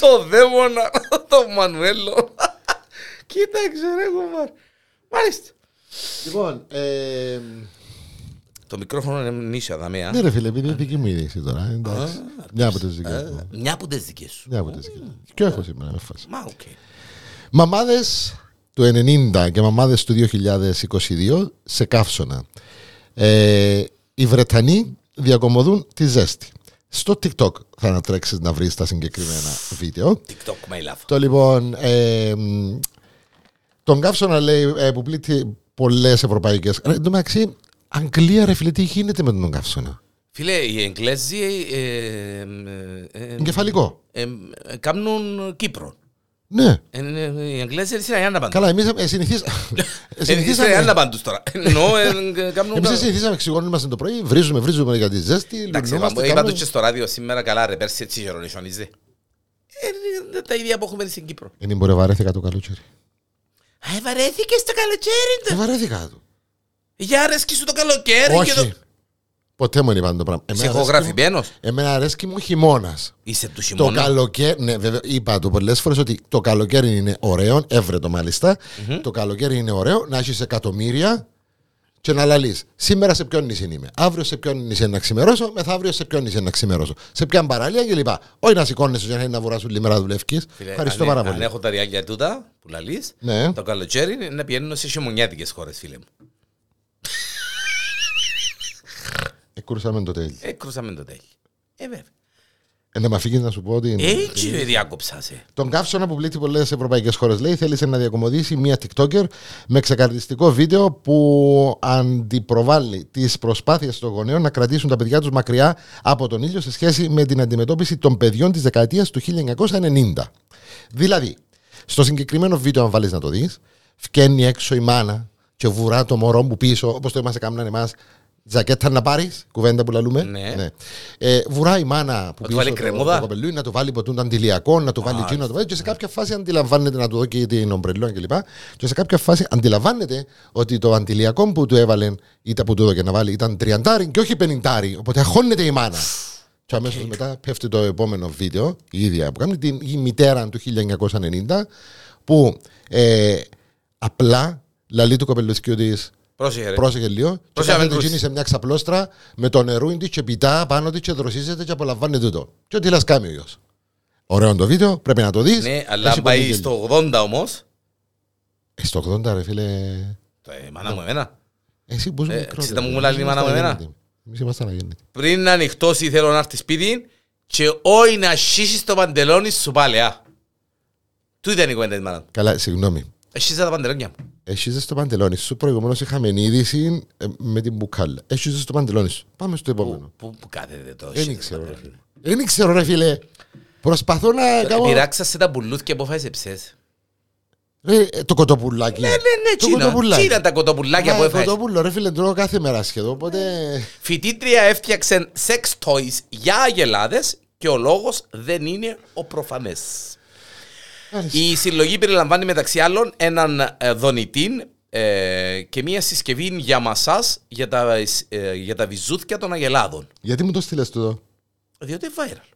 Speaker 1: <laughs> Το δαίμονα, το Μανουέλο. <laughs> Κοίταξε ρε κουμάρ. Μάλιστα.
Speaker 2: λοιπόν, ε,
Speaker 1: Το μικρόφωνο είναι νύσια δαμέα.
Speaker 2: ναι, ρε φίλε, επειδή είναι δική μου είδηση τώρα. Εντάξει. Μια από τις
Speaker 1: ε.
Speaker 2: δικέ μου.
Speaker 1: Μια από τις δικές σου.
Speaker 2: Μια από τις δικές μου. Και έχω σήμερα με φάση.
Speaker 1: Μα οκ.
Speaker 2: Μαμάδες του 90 και μαμάδες του 2022 σε καύσωνα. Ε, οι Βρετανοί διακομωδούν τη ζέστη. Στο TikTok θα ανατρέξεις να βρεις τα συγκεκριμένα βίντεο.
Speaker 1: TikTok my love.
Speaker 2: Το λοιπόν, ε, μ, τον καύσωνα λέει ε, που πλήττει πολλές ευρωπαϊκές. Ρε, Εν τω μεταξύ, Αγγλία ρε φίλε, τι γίνεται με τον καύσωνα.
Speaker 1: Φίλε, οι Εγγλέζοι ε, ε, ε, ε,
Speaker 2: Εγκεφαλικό.
Speaker 1: ε, ε, κάμνουν Κύπρο.
Speaker 2: Ναι.
Speaker 1: Ε, ε, Οι Εγγλέζοι είναι ένα παντού.
Speaker 2: Καλά, εμείς ε, συνηθίσ-
Speaker 1: Είναι ένα
Speaker 2: συνηθίσαμε...
Speaker 1: παντού τώρα. Ενώ ε, ε, κάμνουν...
Speaker 2: Εμείς συνηθίσαμε, ξυγώνουμε το πρωί, βρίζουμε, βρίζουμε για τη ζέστη,
Speaker 1: Εντάξει,
Speaker 2: λουνόμαστε,
Speaker 1: είπα- είπα
Speaker 2: κάνουμε-
Speaker 1: τους και στο ράδιο σήμερα καλά ρε, πέρσι έτσι γερονισιονίζει. Ε, είναι τα ίδια που έχουμε στην Κύπρο.
Speaker 2: Είναι Ε, μπορεί βαρέθηκα το καλούτσερι.
Speaker 1: Ναι. Α, βαρέθηκες το καλοκαίρι
Speaker 2: Δεν
Speaker 1: του.
Speaker 2: Ε, βαρέθηκα του.
Speaker 1: Για αρέσκει σου το καλοκαίρι. και
Speaker 2: Όχι.
Speaker 1: το-
Speaker 2: Ποτέ μου είναι πάντα το πράγμα.
Speaker 1: Είσαι
Speaker 2: Εμένα αρέσκει μου-
Speaker 1: ηχογραφημένο.
Speaker 2: Εμένα αρέσκει μου χειμώνας.
Speaker 1: Είσαι του
Speaker 2: Το
Speaker 1: χειμώνα.
Speaker 2: καλοκαίρι, ναι, βέβαια, είπα το πολλές φορές ότι το καλοκαίρι είναι ωραίο, εύρετο μάλιστα. Το καλοκαίρι είναι ωραίο να έχεις εκατομμύρια και να λαλείς. Σήμερα σε ποιον νησί είμαι, αύριο σε ποιον νησί να ξημερώσω, μεθαύριο σε ποιον νησί να ξημερώσω. Σε ποιαν παραλία κλπ. Όχι να σηκώνεσαι για να είναι να βουράσουν λιμερά δουλεύκη.
Speaker 1: Φίλε,
Speaker 2: Ευχαριστώ
Speaker 1: αν-
Speaker 2: πάρα
Speaker 1: Αν
Speaker 2: πολύ.
Speaker 1: έχω τα ριάλια τούτα που λαλείς,
Speaker 2: Ναι.
Speaker 1: το καλοκαίρι είναι να πηγαίνω σε χειμωνιάτικες χώρες, φίλε μου.
Speaker 2: Εκκρούσαμε το τέλειο.
Speaker 1: Ε, κρούσαμε το τέλει. Ε, βέβαια.
Speaker 2: Ε, να με αφήγει να σου πω ότι. είναι-
Speaker 1: Έτσι ε, διάκοψα σε.
Speaker 2: Τον καύσωνα που πλήττει πολλές ευρωπαϊκές χώρες, λέει, θέλησε να διακομωδήσει μία TikToker με ξεκαρδιστικό βίντεο που αντιπροβάλλει τις προσπάθειες των γονέων να κρατήσουν τα παιδιά τους μακριά από τον ήλιο σε σχέση με την αντιμετώπιση των παιδιών της δεκαετίας του 1990. Δηλαδή, στο συγκεκριμένο βίντεο, αν βάλεις να το δεις, φκαίνει έξω η μάνα και βουρά το μωρό μου πίσω, όπως το είμαστε κάμναν εμά. Τζακέτα να πάρεις, κουβέντα που λαλούμε.
Speaker 1: Ναι.
Speaker 2: Ε, βουρά η μάνα που
Speaker 1: του
Speaker 2: πίσω
Speaker 1: βάλει
Speaker 2: το-
Speaker 1: κρεμούδα.
Speaker 2: το κοπελούι, να του βάλει ποτούν αντιλιακό, να του βάλει εκείνο, να του βάλει. Και σε κάποια φάση αντιλαμβάνεται να του δω και την ομπρελό κλπ. Και σε κάποια φάση αντιλαμβάνεται ότι το αντιλιακό που του έβαλε ή τα που του έδωκε να βάλει ήταν τριαντάρι και όχι πενηντάρι. Οπότε αγχώνεται η μάνα. Και αμέσως μετά πέφτει το επόμενο βίντεο, η ίδια που κάνει, την η μητέρα του 1990, που ε, απλά λαλεί του κοπελουθιού τη.
Speaker 1: Πρόσεχε ρε.
Speaker 2: Πρόσεχε λίγο. Και
Speaker 1: Πρόσεχε,
Speaker 2: κάθεται
Speaker 1: μην
Speaker 2: εκείνη σε μια ξαπλώστρα με το νερού της και πιτά πάνω της και δροσίζεται και απολαμβάνεται το. Και ό,τι λας κάνει ο γιος. Ωραίο το βίντεο, πρέπει να το δεις.
Speaker 1: Ναι, αλλά
Speaker 2: Έχει
Speaker 1: αν
Speaker 2: πολύ
Speaker 1: πάει
Speaker 2: γέλιο.
Speaker 1: στο 80 όμως,
Speaker 2: Ε, στο 80 ρε φίλε.
Speaker 1: το, ε,
Speaker 2: Ναι.
Speaker 1: μάνα μου εμένα,
Speaker 2: Εσύ πώς
Speaker 1: Ε,
Speaker 2: μικρό.
Speaker 1: ξέρετε μου που λαλεί η μάνα μου εμένα.
Speaker 2: Εμείς είμαστε αναγέννητοι.
Speaker 1: πριν να ανοιχτώσει θέλω να έρθει σπίτι και όχι να σύσεις το παντελόνι σου πάλι, α. Του ήταν η κουβέντα της μάνας μου.
Speaker 2: Καλά, συγγνώμη.
Speaker 1: Εσύ τα παντελόνια μου.
Speaker 2: Έχεις στο παντελόνι σου. Προηγουμένως είχαμε είδηση ε, με την μπουκάλα. Έχεις στο παντελόνι σου. Πάμε στο επόμενο.
Speaker 1: Πού- Πού πού κάθεται το
Speaker 2: Δεν
Speaker 1: εσύ,
Speaker 2: ξέρω,
Speaker 1: το
Speaker 2: ρε
Speaker 1: παντελόνι.
Speaker 2: φίλε. Δεν ξέρω, ρε φίλε. Προσπαθώ
Speaker 1: Ε,
Speaker 2: να κάνω.
Speaker 1: Πειράξα σε τα μπουλούθια που φάεις ψες.
Speaker 2: Ρε, ε, το κοτοπουλάκι.
Speaker 1: Ναι, ναι, ναι,
Speaker 2: Το
Speaker 1: τσίνα.
Speaker 2: κοτοπουλάκι.
Speaker 1: Τσίνα τα κοτοπουλάκια που
Speaker 2: Μα,
Speaker 1: έφαγες.
Speaker 2: κοτόπουλο, Ναι, ρε φίλε, τρώω κάθε μέρα σχεδόν. Οπότε.
Speaker 1: Φοιτήτρια έφτιαξαν σεξ toys για αγελάδες και ο λόγος δεν είναι ο προφανές. Η συλλογή περιλαμβάνει μεταξύ άλλων έναν ε, δονητή ε, και μία συσκευή για μασάς για τα, ε, για τα βυζούθια των αγελάδων.
Speaker 2: Γιατί μου το στείλες τούτο.
Speaker 1: Διότι είναι viral.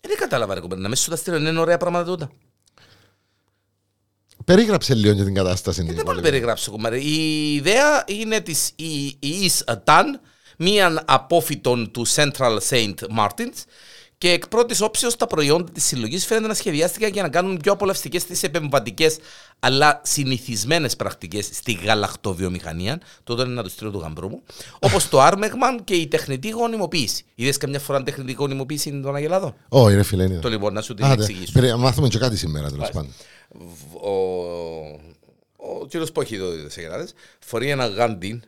Speaker 1: Ε, Δεν κατάλαβα ρε κομμένα, να μες σου τα στείλω, είναι ωραία πράγματα τούτα.
Speaker 2: Περίγραψε λίγο για την κατάσταση.
Speaker 1: Ε,
Speaker 2: Νίκο,
Speaker 1: Δεν μπορώ να
Speaker 2: λίγο.
Speaker 1: περιγράψω κομμάτι. Η ιδέα είναι της η- η Ταν, μίαν απόφυτον του Central Saint Martins και εκ πρώτης όψεως τα προϊόντα της συλλογής φαίνεται να σχεδιάστηκαν για να κάνουν πιο απολαυστικές τις επεμβατικές αλλά συνηθισμένες πρακτικές στη γαλακτοβιομηχανία. Τότε είναι να το στείλω του γαμπρού μου. Όπως το άρμεγμα και η τεχνητή γονιμοποίηση. Είδες καμιά φορά τεχνητή γονιμοποίηση των Αγελάδων.
Speaker 2: Όχι, ρε φίλε. είναι.
Speaker 1: Το λοιπόν, να σου την
Speaker 2: Ε. Άντε,
Speaker 1: εξηγήσω.
Speaker 2: περί- Μάθαμε και κάτι σήμερα τέλος πάντων.
Speaker 1: Β- ο, ο κύριος Πόχιδο τη Εγγράδε φορεί ένα γάντιν.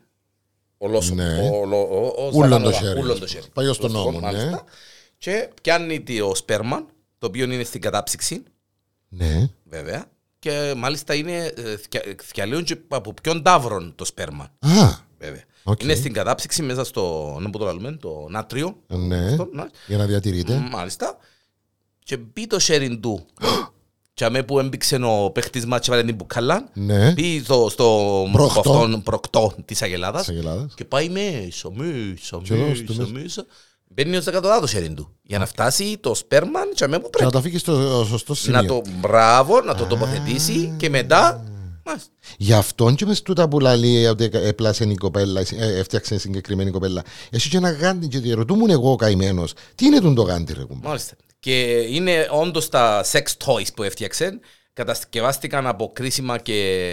Speaker 1: Ολόσωπο.
Speaker 2: Ναι. Ούλον
Speaker 1: Ούλον
Speaker 2: το χέρι.
Speaker 1: Ούλον το χέρι.
Speaker 2: Παλιό στον
Speaker 1: Ουλωστικό,
Speaker 2: νόμο, ναι.
Speaker 1: μάλιστα. Και πιάνει το σπέρμα, το οποίο είναι στην κατάψυξη,
Speaker 2: Ναι.
Speaker 1: βέβαια. Και μάλιστα είναι ε, θκια- θκιαλέων και από ποιον τάβρον το σπέρμα,
Speaker 2: Α,
Speaker 1: βέβαια.
Speaker 2: Οκ.
Speaker 1: Είναι στην κατάψυξη μέσα στο, να που το λαλούμε, το νάτριο.
Speaker 2: ναι.
Speaker 1: Αυτό, να-
Speaker 2: Για να διατηρείτε.
Speaker 1: Μάλιστα. Και μπει το sharing
Speaker 2: <gasps>
Speaker 1: του. Και αμέ που έμπηξε ο παίχτης μάτς και βάλε την μπουκαλά,
Speaker 2: Ναι.
Speaker 1: μπει στο, στο
Speaker 2: Προκτό.
Speaker 1: αυτόν προκτό της Αγελάδας
Speaker 2: Της Ελλάδα.
Speaker 1: και πάει μέσα, μέσα,
Speaker 2: Και εδώ στο
Speaker 1: μέσα,
Speaker 2: μέσα.
Speaker 1: μέσα. Μπαίνει ως δεκατοδά το sharing του για να φτάσει το σπέρμα και αμέ που
Speaker 2: Και να
Speaker 1: πρέπει.
Speaker 2: το αφήκει στο σωστό
Speaker 1: Να
Speaker 2: σημείο.
Speaker 1: το μπράβο, να το τοποθετήσει και μετά... μάλιστα.
Speaker 2: Γι' αυτόν και μες στούτα που λέει ότι έπλασε η κοπέλα, ε, έφτιαξε η συγκεκριμένη κοπέλα. Εσύ και ένα γάντι και διερωτούμουν εγώ καημένος. Τι είναι τον το γάντι, ρε κουμπά.
Speaker 1: Μάλιστα. Και είναι όντως τα sex toys που έφτιαξε. Κατασκευάστηκαν από κρίσιμα και.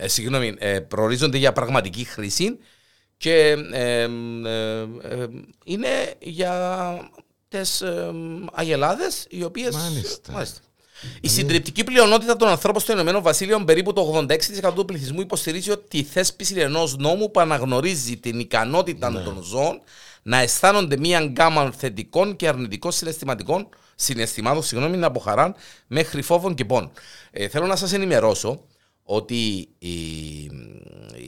Speaker 1: Ε, συγγνώμη, ε, προορίζονται για πραγματική χρήση. Και ε, ε, ε, ε, είναι για τις ε, αγελάδες, οι οποίες.
Speaker 2: Μάλιστα.
Speaker 1: Η συντριπτική πλειονότητα των ανθρώπων στο Ηνωμένο Βασίλειο, περίπου το 86% του πληθυσμού, υποστηρίζει ότι η θέσπιση ενός νόμου που αναγνωρίζει την ικανότητα των ζώων να αισθάνονται μία γκάμα θετικών και αρνητικών συναισθηματικών συναισθημάτων, συγγνώμη, από χαρά μέχρι φόβων και πόν. Ε, θέλω να σας ενημερώσω ότι η,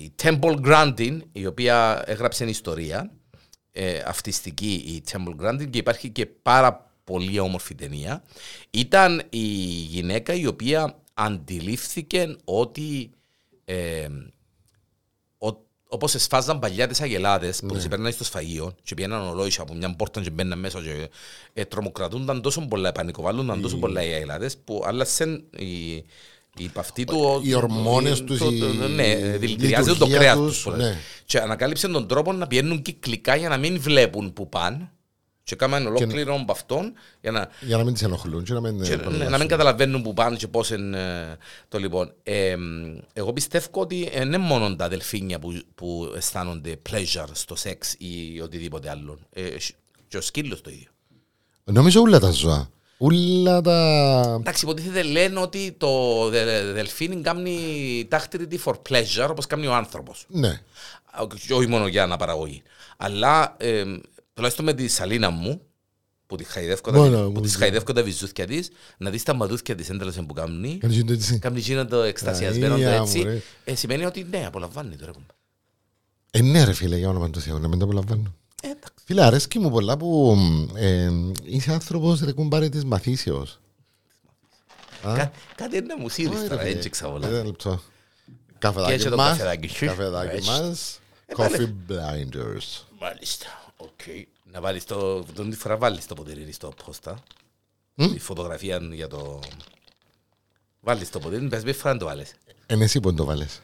Speaker 1: η Temple Grandin, η οποία έγραψε ιστορία, ε, αυτιστική η Temple Grandin και υπάρχει και πάρα πολύ όμορφη ταινία. Ήταν η γυναίκα η οποία αντιλήφθηκε ότι ε, ο- όπως εσφάζαν παλιά τις αγελάδες
Speaker 2: Ναι.
Speaker 1: που τις παίρνανε στο σφαγείο και πήγαιναν ολόγια από μια πόρτα και μπαίναν μέσα και ε, τρομοκρατούνταν τόσο πολλά, πανικοβάλλονταν τόσο πολλά οι αγελάδες που άλλασαν οι, οι παυτοί του...
Speaker 2: Οι ορμόνες
Speaker 1: το-
Speaker 2: τους,
Speaker 1: το-
Speaker 2: η-
Speaker 1: το-
Speaker 2: η
Speaker 1: Ναι, δηλητηριάζουν το
Speaker 2: λειτουργία
Speaker 1: κρέας
Speaker 2: τους,
Speaker 1: τους. πολλά.
Speaker 2: ναι.
Speaker 1: Και ανακάλυψαν τον τρόπο να πηγαίνουν κυκλικά για να μην βλέπουν που πάνε. Και κάμαν ολόκληρο από αυτόν για να,
Speaker 2: Για να μην τις ενοχλούν. Και να μην,
Speaker 1: και Ε, ναι, να- να μην καταλαβαίνουν που πάνε και πώς είναι το λοιπόν. Ε, μ, εγώ πιστεύω ότι ε, είναι μόνο τα αδελφίνια που, που αισθάνονται pleasure στο σεξ ή οτιδήποτε άλλο. Ε, σ- και ο σκύλος το ίδιο.
Speaker 2: Νομίζω όλα τα ζώα. Όλα τα.
Speaker 1: Εντάξει, υποτίθεται λένε ότι το δε- δε- δελφίνι κάνει τάχτηρη for pleasure όπως κάνει ο άνθρωπος.
Speaker 2: Ναι.
Speaker 1: Α, και όχι μόνο για αναπαραγωγή. Αλλά ε, τουλάχιστον με τη σαλίνα μου, που τη χαϊδεύκω,
Speaker 2: Μόνο
Speaker 1: τα, που
Speaker 2: μου
Speaker 1: της
Speaker 2: τη-
Speaker 1: χαϊδεύκω τα βυζούθια της, να δεις τα μαδούθια της έντελεσεν που κάνει,
Speaker 2: Κάνεις γίνεται έτσι.
Speaker 1: κάνει εκείνο το εκστασιασμένο το
Speaker 2: Αία μου,
Speaker 1: έτσι,
Speaker 2: ρε.
Speaker 1: ε, σημαίνει ότι ναι, απολαμβάνει τώρα.
Speaker 2: Ε, ναι, ρε φίλε, για όνομα του Θεού, να μην το απολαμβάνω.
Speaker 1: Ε, εντάξει.
Speaker 2: Φίλε, αρέσκει μου πολλά που ε, είσαι άνθρωπος ρε κουμπάρε της μαθήσεως. Α.
Speaker 1: Κα, κάτι είναι να μου σύρεις
Speaker 2: Ωραία,
Speaker 1: τώρα,
Speaker 2: φίλε.
Speaker 1: έτσι ξαβολά.
Speaker 2: Ένα λεπτό.
Speaker 1: Και
Speaker 2: Καφεδάκι
Speaker 1: έτσι το
Speaker 2: μας.
Speaker 1: καφεδάκι Ε, σου.
Speaker 2: Καφεδάκι
Speaker 1: Έτσι.
Speaker 2: μας.
Speaker 1: βάλε.
Speaker 2: Coffee blinders.
Speaker 1: Μάλιστα, οκ. Να βάλεις το, τον τη φορά βάλεις το ποτήρι στο πόστα, τη φωτογραφία για το... Βάλεις το ποτήρι, πες με φορά να το βάλεις.
Speaker 2: Εν Ε, ναι, εσύ που το βάλες.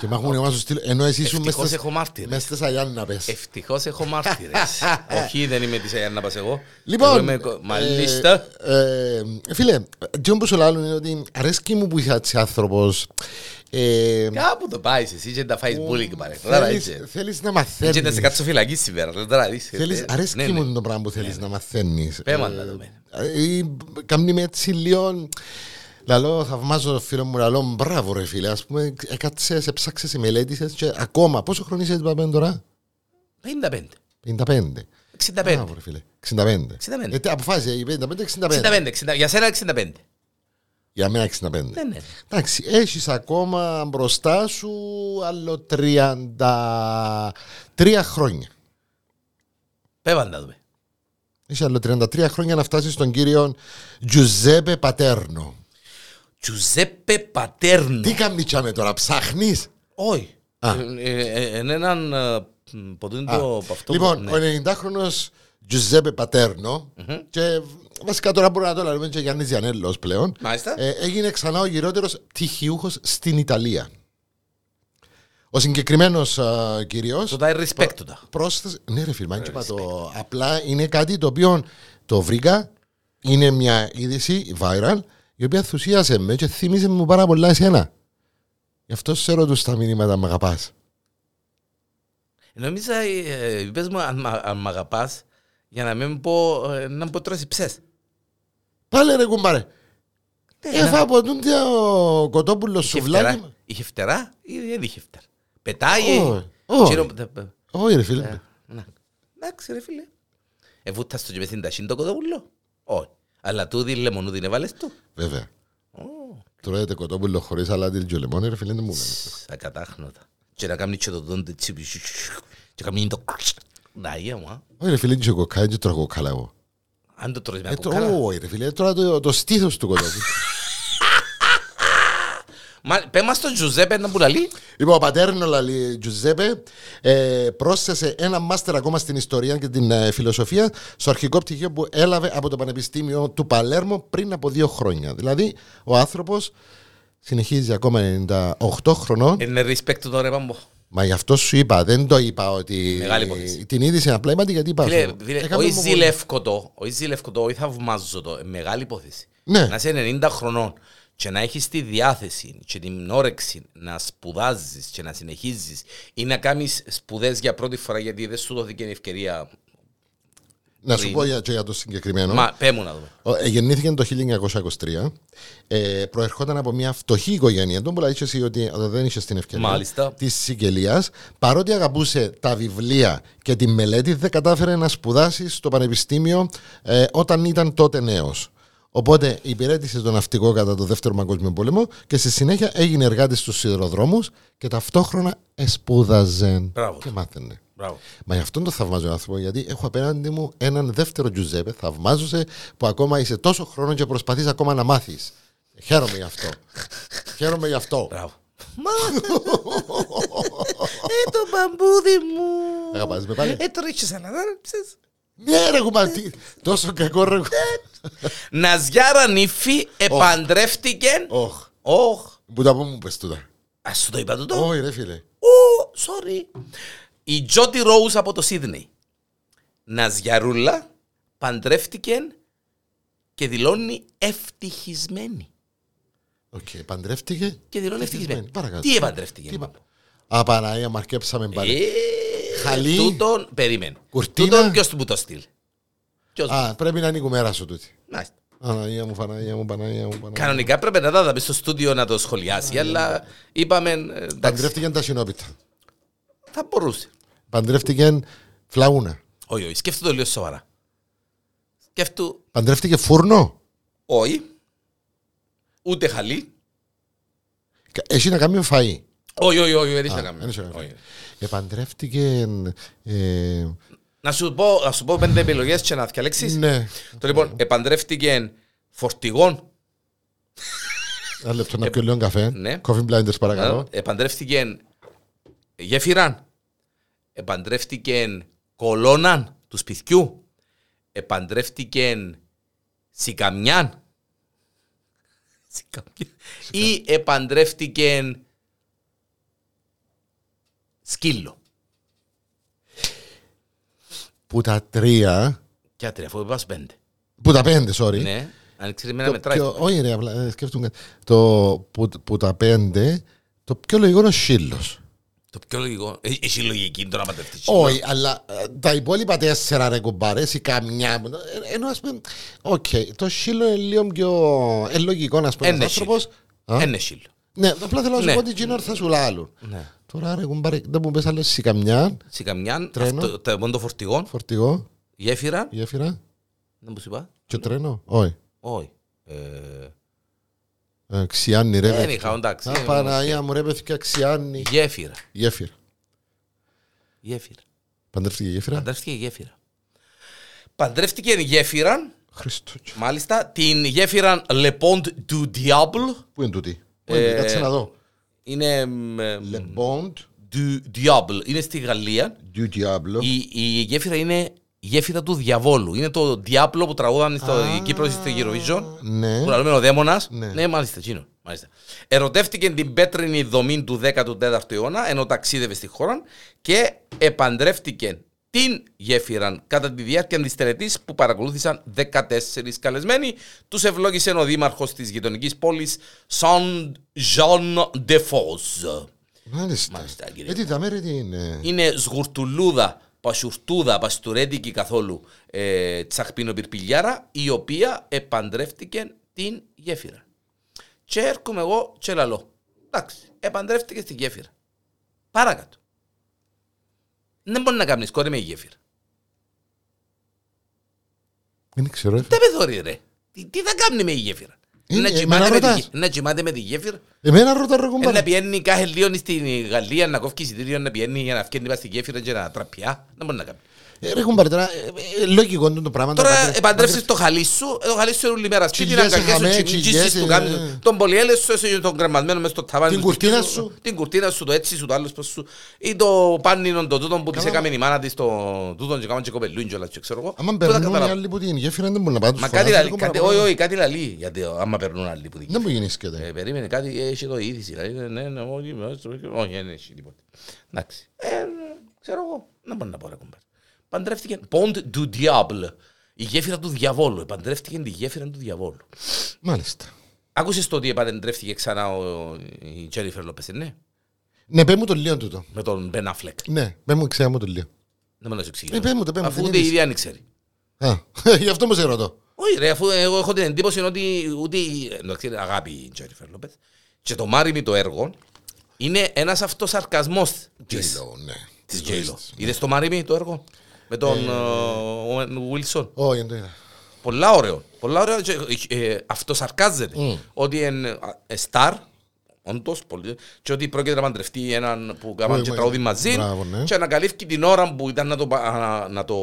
Speaker 2: Και μ' έχουν εμάς σου στείλω, ενώ εσύ ήσουν μες
Speaker 1: Ευτυχώς
Speaker 2: στις-
Speaker 1: έχω μάρτυρες.
Speaker 2: μες στις Αγιάννα πες.
Speaker 1: Ευτυχώς έχω μάρτυρες.
Speaker 2: <laughs>
Speaker 1: Όχι, δεν είμαι της Αγιάννα Πας εγώ. Εγώ
Speaker 2: Λοιπόν,
Speaker 1: είμαι κο- Μάλιστα.
Speaker 2: ε, ε, φίλε, τι όμως σου λάλλον είναι ότι αρέσκει μου που είσαι έτσι άνθρωπος. Ε,
Speaker 1: Κάπου το πάεις εσύ, και τα φάεις bullying πάρε. Τώρα
Speaker 2: θέλεις-
Speaker 1: έτσι.
Speaker 2: Θέλεις να
Speaker 1: Έτσι να σε
Speaker 2: μαθαίνεις.
Speaker 1: κάτσω φυλακή σήμερα. λέω, Τώρα δεις.
Speaker 2: Θέλεις,
Speaker 1: Ναι, ναι.
Speaker 2: αρέσκει μου το πράγμα που θέλεις να μαθαίνεις.
Speaker 1: Πέμα να το μεν.
Speaker 2: Ε, ή Κάμνει με έτσι λίγο Λαλό, θαυμάζω το φίλο μου, λαλό, μπράβο ρε φίλε. Ας πούμε, έκατσες, έψαξες, μελέτησες και ακόμα. Πόσο χρόνο είσαι, είπαμε τώρα,
Speaker 1: 55.
Speaker 2: 55.
Speaker 1: 65.
Speaker 2: Μπράβο, ρε φίλε. 65.
Speaker 1: 65.
Speaker 2: Ε, τι αποφάσισε, η 55-65.
Speaker 1: 65, 60, για σένα 65.
Speaker 2: Για μένα 65.
Speaker 1: Ναι, ναι.
Speaker 2: Εντάξει, έχεις ακόμα μπροστά σου άλλο 33 χρόνια.
Speaker 1: Πέβαν τα δούμε.
Speaker 2: Έχεις άλλο 33 χρόνια να φτάσεις στον κύριο Τζουζέπε Πατέρνο.
Speaker 1: Τζουζέπε Πατέρνο.
Speaker 2: Τι κάνει τσάμε τώρα, ψάχνεις.
Speaker 1: Όχι.
Speaker 2: Α.
Speaker 1: Ε, ε, ε, Εν έναν ε, μ, ποτούν το από αυτό.
Speaker 2: Λοιπόν,
Speaker 1: ναι.
Speaker 2: ο 90χρονο Τζουζέπε Πατέρνο και βασικά τώρα μπορούμε να το λέμε και Γιάννης Διανέλο πλέον.
Speaker 1: Μάλιστα.
Speaker 2: ε, έγινε ξανά ο γυρότερος τυχιούχος στην Ιταλία. Ο ε, συγκεκριμένο κύριος.
Speaker 1: Του δάει respect του τα.
Speaker 2: πρόσθεσε. Ναι, ρε φίλε, μα και είπα το. Απλά είναι κάτι το οποίο το βρήκα. Είναι μια είδηση viral η οποία ενθουσίασε με και θύμισε μου πάρα πολλά εσένα. Γι' αυτό σε ρωτούσα τα μηνύματα, με αγαπά.
Speaker 1: Νομίζα, ε, ε, πες μου αν μ' α- αν μ' αγαπάς, για να μην πω, ε, να μην πω τρώσει ψες.
Speaker 2: Πάλε ρε κουμπάρε.
Speaker 1: Ναι,
Speaker 2: Έφα από τον ο κοτόπουλος
Speaker 1: είχε
Speaker 2: σουβλάκι.
Speaker 1: φτερά-
Speaker 2: μου.
Speaker 1: Είχε φτερά ή δεν είχε φτερά. Πετάει.
Speaker 2: Όχι,
Speaker 1: γύρω-
Speaker 2: όχι.
Speaker 1: τα- τα-
Speaker 2: Όχι, ρε
Speaker 1: Ε.
Speaker 2: φίλε.
Speaker 1: να. Ε, Εντάξει ρε φίλε. Εβούτας το και πες συνταχήν το κοτόπουλο. Όχι. Αλλά τούδι λεμονούδι έβαλες του.
Speaker 2: Βέβαια.
Speaker 1: Ω,
Speaker 2: Τρώετε κοτόπουλο χωρίς αλάτι και λεμόνι, ρε φίλε, δεν μου λένε.
Speaker 1: Ακατάχνοτα. Και να κάνει και το δόντι τσίπι. Και κάνει το... Να ία μου, α.
Speaker 2: Όχι, ρε φίλε, είναι κοκκάλι, και τρώω κοκκάλα εγώ.
Speaker 1: αν το τρώεις με
Speaker 2: Ε, το-
Speaker 1: αποκάλα.
Speaker 2: Όχι, ρε φίλε, τώρα το- το στήθος του κοτόπουλου.
Speaker 1: Μα, Πες μας τον Τζουζέπε να μπουλαλεί.
Speaker 2: Λοιπόν, ο πατέρνο λαλή Τζουζέπε ε, πρόσθεσε ένα μάστερ ακόμα στην ιστορία και την ε, φιλοσοφία στο αρχικό πτυχίο που έλαβε από το Πανεπιστήμιο του Παλέρμο πριν από δύο χρόνια. Δηλαδή, ο άνθρωπος συνεχίζει ακόμα 98 χρονών.
Speaker 1: Είναι Ε, ναι, respect του τώρα, είπαμε.
Speaker 2: Μα γι' αυτό σου είπα, δεν το είπα ότι.
Speaker 1: Μεγάλη υπόθεση.
Speaker 2: Την είδηση απλά είπα τη γιατί είπα.
Speaker 1: Φίλε,
Speaker 2: σου.
Speaker 1: φίλε,
Speaker 2: Έκαμε
Speaker 1: όχι
Speaker 2: μου-
Speaker 1: ζηλεύκω το, όχι ζηλεύκω το, όχι θαυμάζω το, ε, μεγάλη υπόθεση.
Speaker 2: Ναι.
Speaker 1: Να είσαι 90 χρονών και να έχεις τη διάθεση και την όρεξη να σπουδάζεις και να συνεχίζεις ή να κάνεις σπουδές για πρώτη φορά γιατί δεν σου δόθηκε η ευκαιρία.
Speaker 2: Να σου πω για, και για το συγκεκριμένο.
Speaker 1: Μα, πέ μου να δούμε.
Speaker 2: Ο- ε, Γεννήθηκε το 1923. Ε, προερχόταν από μια φτωχή οικογένεια. Τον πολλά είσαι εσύ ότι ε, δεν είσαι στην ευκαιρία.
Speaker 1: Μάλιστα.
Speaker 2: Της Σικελίας. Παρότι αγαπούσε τα βιβλία και τη μελέτη, δεν κατάφερε να σπουδάσει στο πανεπιστήμιο ε, όταν ήταν τότε νέος. Οπότε υπηρέτησε το ναυτικό κατά το Δεύτερο Παγκόσμιο Πόλεμο και στη συνέχεια έγινε εργάτης στους σιδηροδρόμους και ταυτόχρονα εσπούδαζε
Speaker 1: Μπράβο.
Speaker 2: και μάθαινε.
Speaker 1: Μπράβο.
Speaker 2: Μα γι' αυτόν τον θαυμάζω άνθρωπο, γιατί έχω απέναντι μου έναν δεύτερο Τζουζέπε, θαυμάζωσε που ακόμα είσαι τόσο χρόνο και προσπαθείς ακόμα να μάθεις. Χαίρομαι γι' αυτό. Χαίρομαι γι' αυτό.
Speaker 1: Μπράβο. Μα, <laughs> ε, το μπαμπούδι μου.
Speaker 2: Αγαπάς με πάλι?
Speaker 1: Ε, το ρίξεις ένα, ρε, ξέρεις.
Speaker 2: Ναι, ρε κουμπάρτι. Τόσο κακό ρε γου-
Speaker 1: Ναζιάρα νύφη επαντρεύτηκε.
Speaker 2: Οχ.
Speaker 1: Οχ.
Speaker 2: Που τα πούμε μου πες τούτα.
Speaker 1: Α σου το είπα τούτο.
Speaker 2: Όχι, ρε φίλε.
Speaker 1: Ου, sorry. Η Τζότι Ρόουζ από το Σίδνεϊ. Ναζιαρούλα παντρεύτηκε και δηλώνει ευτυχισμένη.
Speaker 2: Οκ, παντρεύτηκε.
Speaker 1: Και δηλώνει ευτυχισμένη.
Speaker 2: Παρακάτω.
Speaker 1: Τι επαντρεύτηκε.
Speaker 2: Τι είπα. Απαναία, μαρκέψαμε πάλι.
Speaker 1: Ε,
Speaker 2: Χαλί.
Speaker 1: Τούτον, περίμενε.
Speaker 2: Κουρτίνα.
Speaker 1: Τούτον ποιος του που το στείλ. Ποιος.
Speaker 2: Α, πρέπει να είναι η κουμέρα σου τούτη.
Speaker 1: Μάλιστα.
Speaker 2: Αναία μου, Παναγία μου, Παναγία μου, Παναγία μου.
Speaker 1: Κανονικά πρέπει να τα δάμε στο στούντιο να το σχολιάσει, αλλά είπαμε. ε, Εντάξει,
Speaker 2: Παντρεύτηκαν τα συνόπιτα.
Speaker 1: θα μπορούσε.
Speaker 2: Παντρεύτηκαν φλαούνα.
Speaker 1: Όχι, όχι, σκέφτομαι το λίγο σοβαρά. Σκέφτομαι
Speaker 2: Παντρεύτηκε φούρνο.
Speaker 1: όχι, ούτε χαλί,
Speaker 2: Έχει να κάνει με φαΐ.
Speaker 1: Όχι, όχι, όχι, δεν είχε να
Speaker 2: Α,
Speaker 1: κάνει.
Speaker 2: δεν είχε να κάνει.
Speaker 1: Όχι.
Speaker 2: Επαντρεύτηκε. Ε,
Speaker 1: Να σου πω, να σου πω πέντε επιλογές και να διαλέξεις.
Speaker 2: ναι.
Speaker 1: Το λοιπόν, επαντρεύτηκε φορτηγόν,
Speaker 2: Ένα λεπτό να πιω λίγο καφέ.
Speaker 1: ναι.
Speaker 2: Coffee blinders παρακαλώ.
Speaker 1: επαντρεύτηκε γέφυραν, επαντρεύτηκε κολόναν του σπιτιού, επαντρεύτηκε σικαμιάν Σικαμιά. ή επαντρεύτηκε σκύλο.
Speaker 2: Που τα τρία.
Speaker 1: Και άτρια, αφού είπα πέντε.
Speaker 2: Που τα πέντε, sorry.
Speaker 1: Ναι, αν ξέρεις με
Speaker 2: Το
Speaker 1: να μετράει.
Speaker 2: πιο- Όχι, ρε, απλά ε, σκέφτομαι. κάτι. Το που, που τα πέντε, το πιο λογικό είναι ο Σίλος.
Speaker 1: Το πιο λογικό. Ε, Έχει λογική τώρα να πατευτεί.
Speaker 2: Όχι, αλλά ε, τα υπόλοιπα τέσσερα ρε κουμπάρες ή καμιά. ε, Ενώ ας πούμε, οκ, το σύλλο είναι λίγο πιο ε, λογικό να πούμε
Speaker 1: Ένα
Speaker 2: ένας άνθρωπος. Α,
Speaker 1: Ένα σύλλο.
Speaker 2: Ναι, απλά θέλω να σου
Speaker 1: Ναι.
Speaker 2: πω ότι εκείνο θα σου λάλλουν.
Speaker 1: Ναι.
Speaker 2: Τώρα ρε κουμπάρε, δεν μου πες άλλο εσύ καμιά,
Speaker 1: Σε καμιά,
Speaker 2: Τρένο.
Speaker 1: αυτό, το μόνο φορτηγό,
Speaker 2: φορτηγό,
Speaker 1: γέφυρα,
Speaker 2: γέφυρα
Speaker 1: να μου σου είπα.
Speaker 2: και τρένο. Όχι.
Speaker 1: Όχι. Ε,
Speaker 2: Ε, Ξιάννη ρε.
Speaker 1: Δεν
Speaker 2: παιδιά.
Speaker 1: είχα, εντάξει.
Speaker 2: Α, Παναγία μου ρε παιδιά, ξιάννη.
Speaker 1: Γέφυρα.
Speaker 2: Γέφυρα.
Speaker 1: Γέφυρα.
Speaker 2: Παντρεύτηκε η γέφυρα.
Speaker 1: Παντρεύτηκε η γέφυρα. Παντρεύτηκε η γέφυρα,
Speaker 2: Χριστούγεννα.
Speaker 1: μάλιστα, την γέφυρα Le Pont du Diable.
Speaker 2: Πού είναι τούτη. Πού είναι,
Speaker 1: Ε,
Speaker 2: Κάτσε να δω.
Speaker 1: Είναι. μ, ε, μ,
Speaker 2: Le Bond
Speaker 1: du Diable. Είναι στη Γαλλία.
Speaker 2: du Diablo.
Speaker 1: Η, η γέφυρα είναι η γέφυρα του διαβόλου. Είναι το διάπλο που τραγούδαν στο η Κύπρος στη Eurovision.
Speaker 2: Ναι.
Speaker 1: Που λέμε ο δαίμονας.
Speaker 2: Ναι.
Speaker 1: Ναι, μάλιστα, εκείνο. Μάλιστα. Ερωτεύτηκε την πέτρινη δομή του 14ου αιώνα ενώ ταξίδευε στη χώρα και επαντρεύτηκε την γέφυρα κατά τη διάρκεια της τελετής που παρακολούθησαν 14 καλεσμένοι. Τους ευλόγησε ο δήμαρχος της γειτονικής πόλης, Σαν Jean de Fos.
Speaker 2: Μάλιστα.
Speaker 1: Μάλιστα, κύριε.
Speaker 2: Ε, τι τα μέρη τι είναι.
Speaker 1: Είναι σγουρτουλούδα, πασουρτούδα, παστουρέτικη καθόλου ε, τσαχπίνο-πυρπηλιάρα, η οποία επαντρεύτηκε την γέφυρα. Και έρχομαι εγώ και λαλώ. Εντάξει, επαντρεύτηκε στη γέφυρα. Παρακάτω. Δεν μπορεί να κάνεις κόρη με η γέφυρα.
Speaker 2: Δεν ξέρω. ε.
Speaker 1: Δεν με θωρεί, ρε. Τι, τι θα κάνει με η γέφυρα.
Speaker 2: Είναι-
Speaker 1: να,
Speaker 2: εμένα
Speaker 1: κοιμάται Ε, με τη,
Speaker 2: ρωτάς.
Speaker 1: γε- να κοιμάται με τη γέφυρα.
Speaker 2: Εμένα ρωτάς ρε
Speaker 1: Ε,
Speaker 2: κουμπάρε.
Speaker 1: να πιένει κάθε λίγο στην Γαλλία, να κόφει εισιτήριο, να πιένει για να φκένει στη γέφυρα και να τραπιά. Δεν μπορεί να κάνει.
Speaker 2: Ε, Ρε κουμπάρε τώρα. ε, ε, Λογικό είναι το πράγμα.
Speaker 1: Τώρα επαντρέψεις το χαλί σου, ε, το χαλί σου είναι όλη μέρα σπίτι, να
Speaker 2: Τσιλιές, χαμέ,
Speaker 1: καγκές σου, τσιμίτσις
Speaker 2: τσιλιές,
Speaker 1: του
Speaker 2: ε,
Speaker 1: κάνεις,
Speaker 2: ε.
Speaker 1: τον πολυέλες σου, εσύ τον κρεμασμένο μες στο ταβάνι.
Speaker 2: Την
Speaker 1: του σπιτιού
Speaker 2: κουρτίνα σου.
Speaker 1: Την κουρτίνα σου, το έτσι σου, το άλλο πώς σου, ή το πάνινο το τούτον που της
Speaker 2: Καλά.
Speaker 1: έκαμε η μάνα της, το τούτον και κάμαν και κοπελούιν και όλα και ξέρω εγώ.
Speaker 2: Αν
Speaker 1: Πού τα
Speaker 2: περνούν οι
Speaker 1: καταλάβω.
Speaker 2: άλλοι που την γέφυρα δεν Ναι, μπορούν να πάνε τους
Speaker 1: Μα κάτι λαλεί,
Speaker 2: φωνάζουν, ρε κουμπάρε,
Speaker 1: κάτι, όχι, όχι, κάτι λαλεί, γιατί ο, άμα περνούν άλλοι που δικαιούν.
Speaker 2: Δεν μου γίνει σκέτα.
Speaker 1: Ε, περίμενε κάτι, ε, έχει εδώ η είδηση. Δηλαδή, ναι, ναι, ναι, όχι, ναι, όχι, όχι, όχι, δεν έχει τίποτα. Εντάξει. Ε, ξέρω εγώ, να μπορεί να πω ρε κουμπάρ. Παντρεύτηκε Pont du Diable. Η γέφυρα του διαβόλου. Επαντρεύτηκε τη γέφυρα του διαβόλου.
Speaker 2: Μάλιστα.
Speaker 1: Άκουσες το ότι επαντρεύτηκε ξανά ο, η Τζένιφερ Λόπε, ναι.
Speaker 2: Ναι, πέ μου το λίγο τούτο.
Speaker 1: Με τον Μπεν Αφλεκ.
Speaker 2: Ναι, πέ μου ξέρω μου το λίγο.
Speaker 1: Να μην το
Speaker 2: Ε, πες
Speaker 1: εξηγήσω.
Speaker 2: μου το, πες μου,
Speaker 1: Αφού
Speaker 2: δεν
Speaker 1: ούτε η
Speaker 2: είδες.
Speaker 1: ίδια δεν ξέρει.
Speaker 2: Α, Ε, <laughs> Γι' αυτό μου σε ρωτώ.
Speaker 1: Όχι ρε, αφού εγώ έχω την εντύπωση ότι ούτε η- εντάξει, είναι αγάπη η Τζένιφερ Λόπε. Και το μάριμι το έργο είναι ένας αυτοσαρκασμός της.
Speaker 2: Τζέιλο, ναι.
Speaker 1: Της J-Lo. Είδε το Μαρίμι το έργο με τον ε, Wilson.
Speaker 2: Όχι, δεν το είδα.
Speaker 1: Πολλά ωραίο. Πολλά ωραίο. και, ε, ε, Αυτός αρκάζεται.
Speaker 2: Mm.
Speaker 1: Ότι είναι star, όντως, πολύ, και ότι πρόκειται να παντρευτεί έναν που κάναν
Speaker 2: Ω,
Speaker 1: και
Speaker 2: μα-
Speaker 1: τραγούδι μαζί
Speaker 2: μπράβο, ναι.
Speaker 1: και ανακαλύφθηκε την ώρα που ήταν να το, πα- να- να το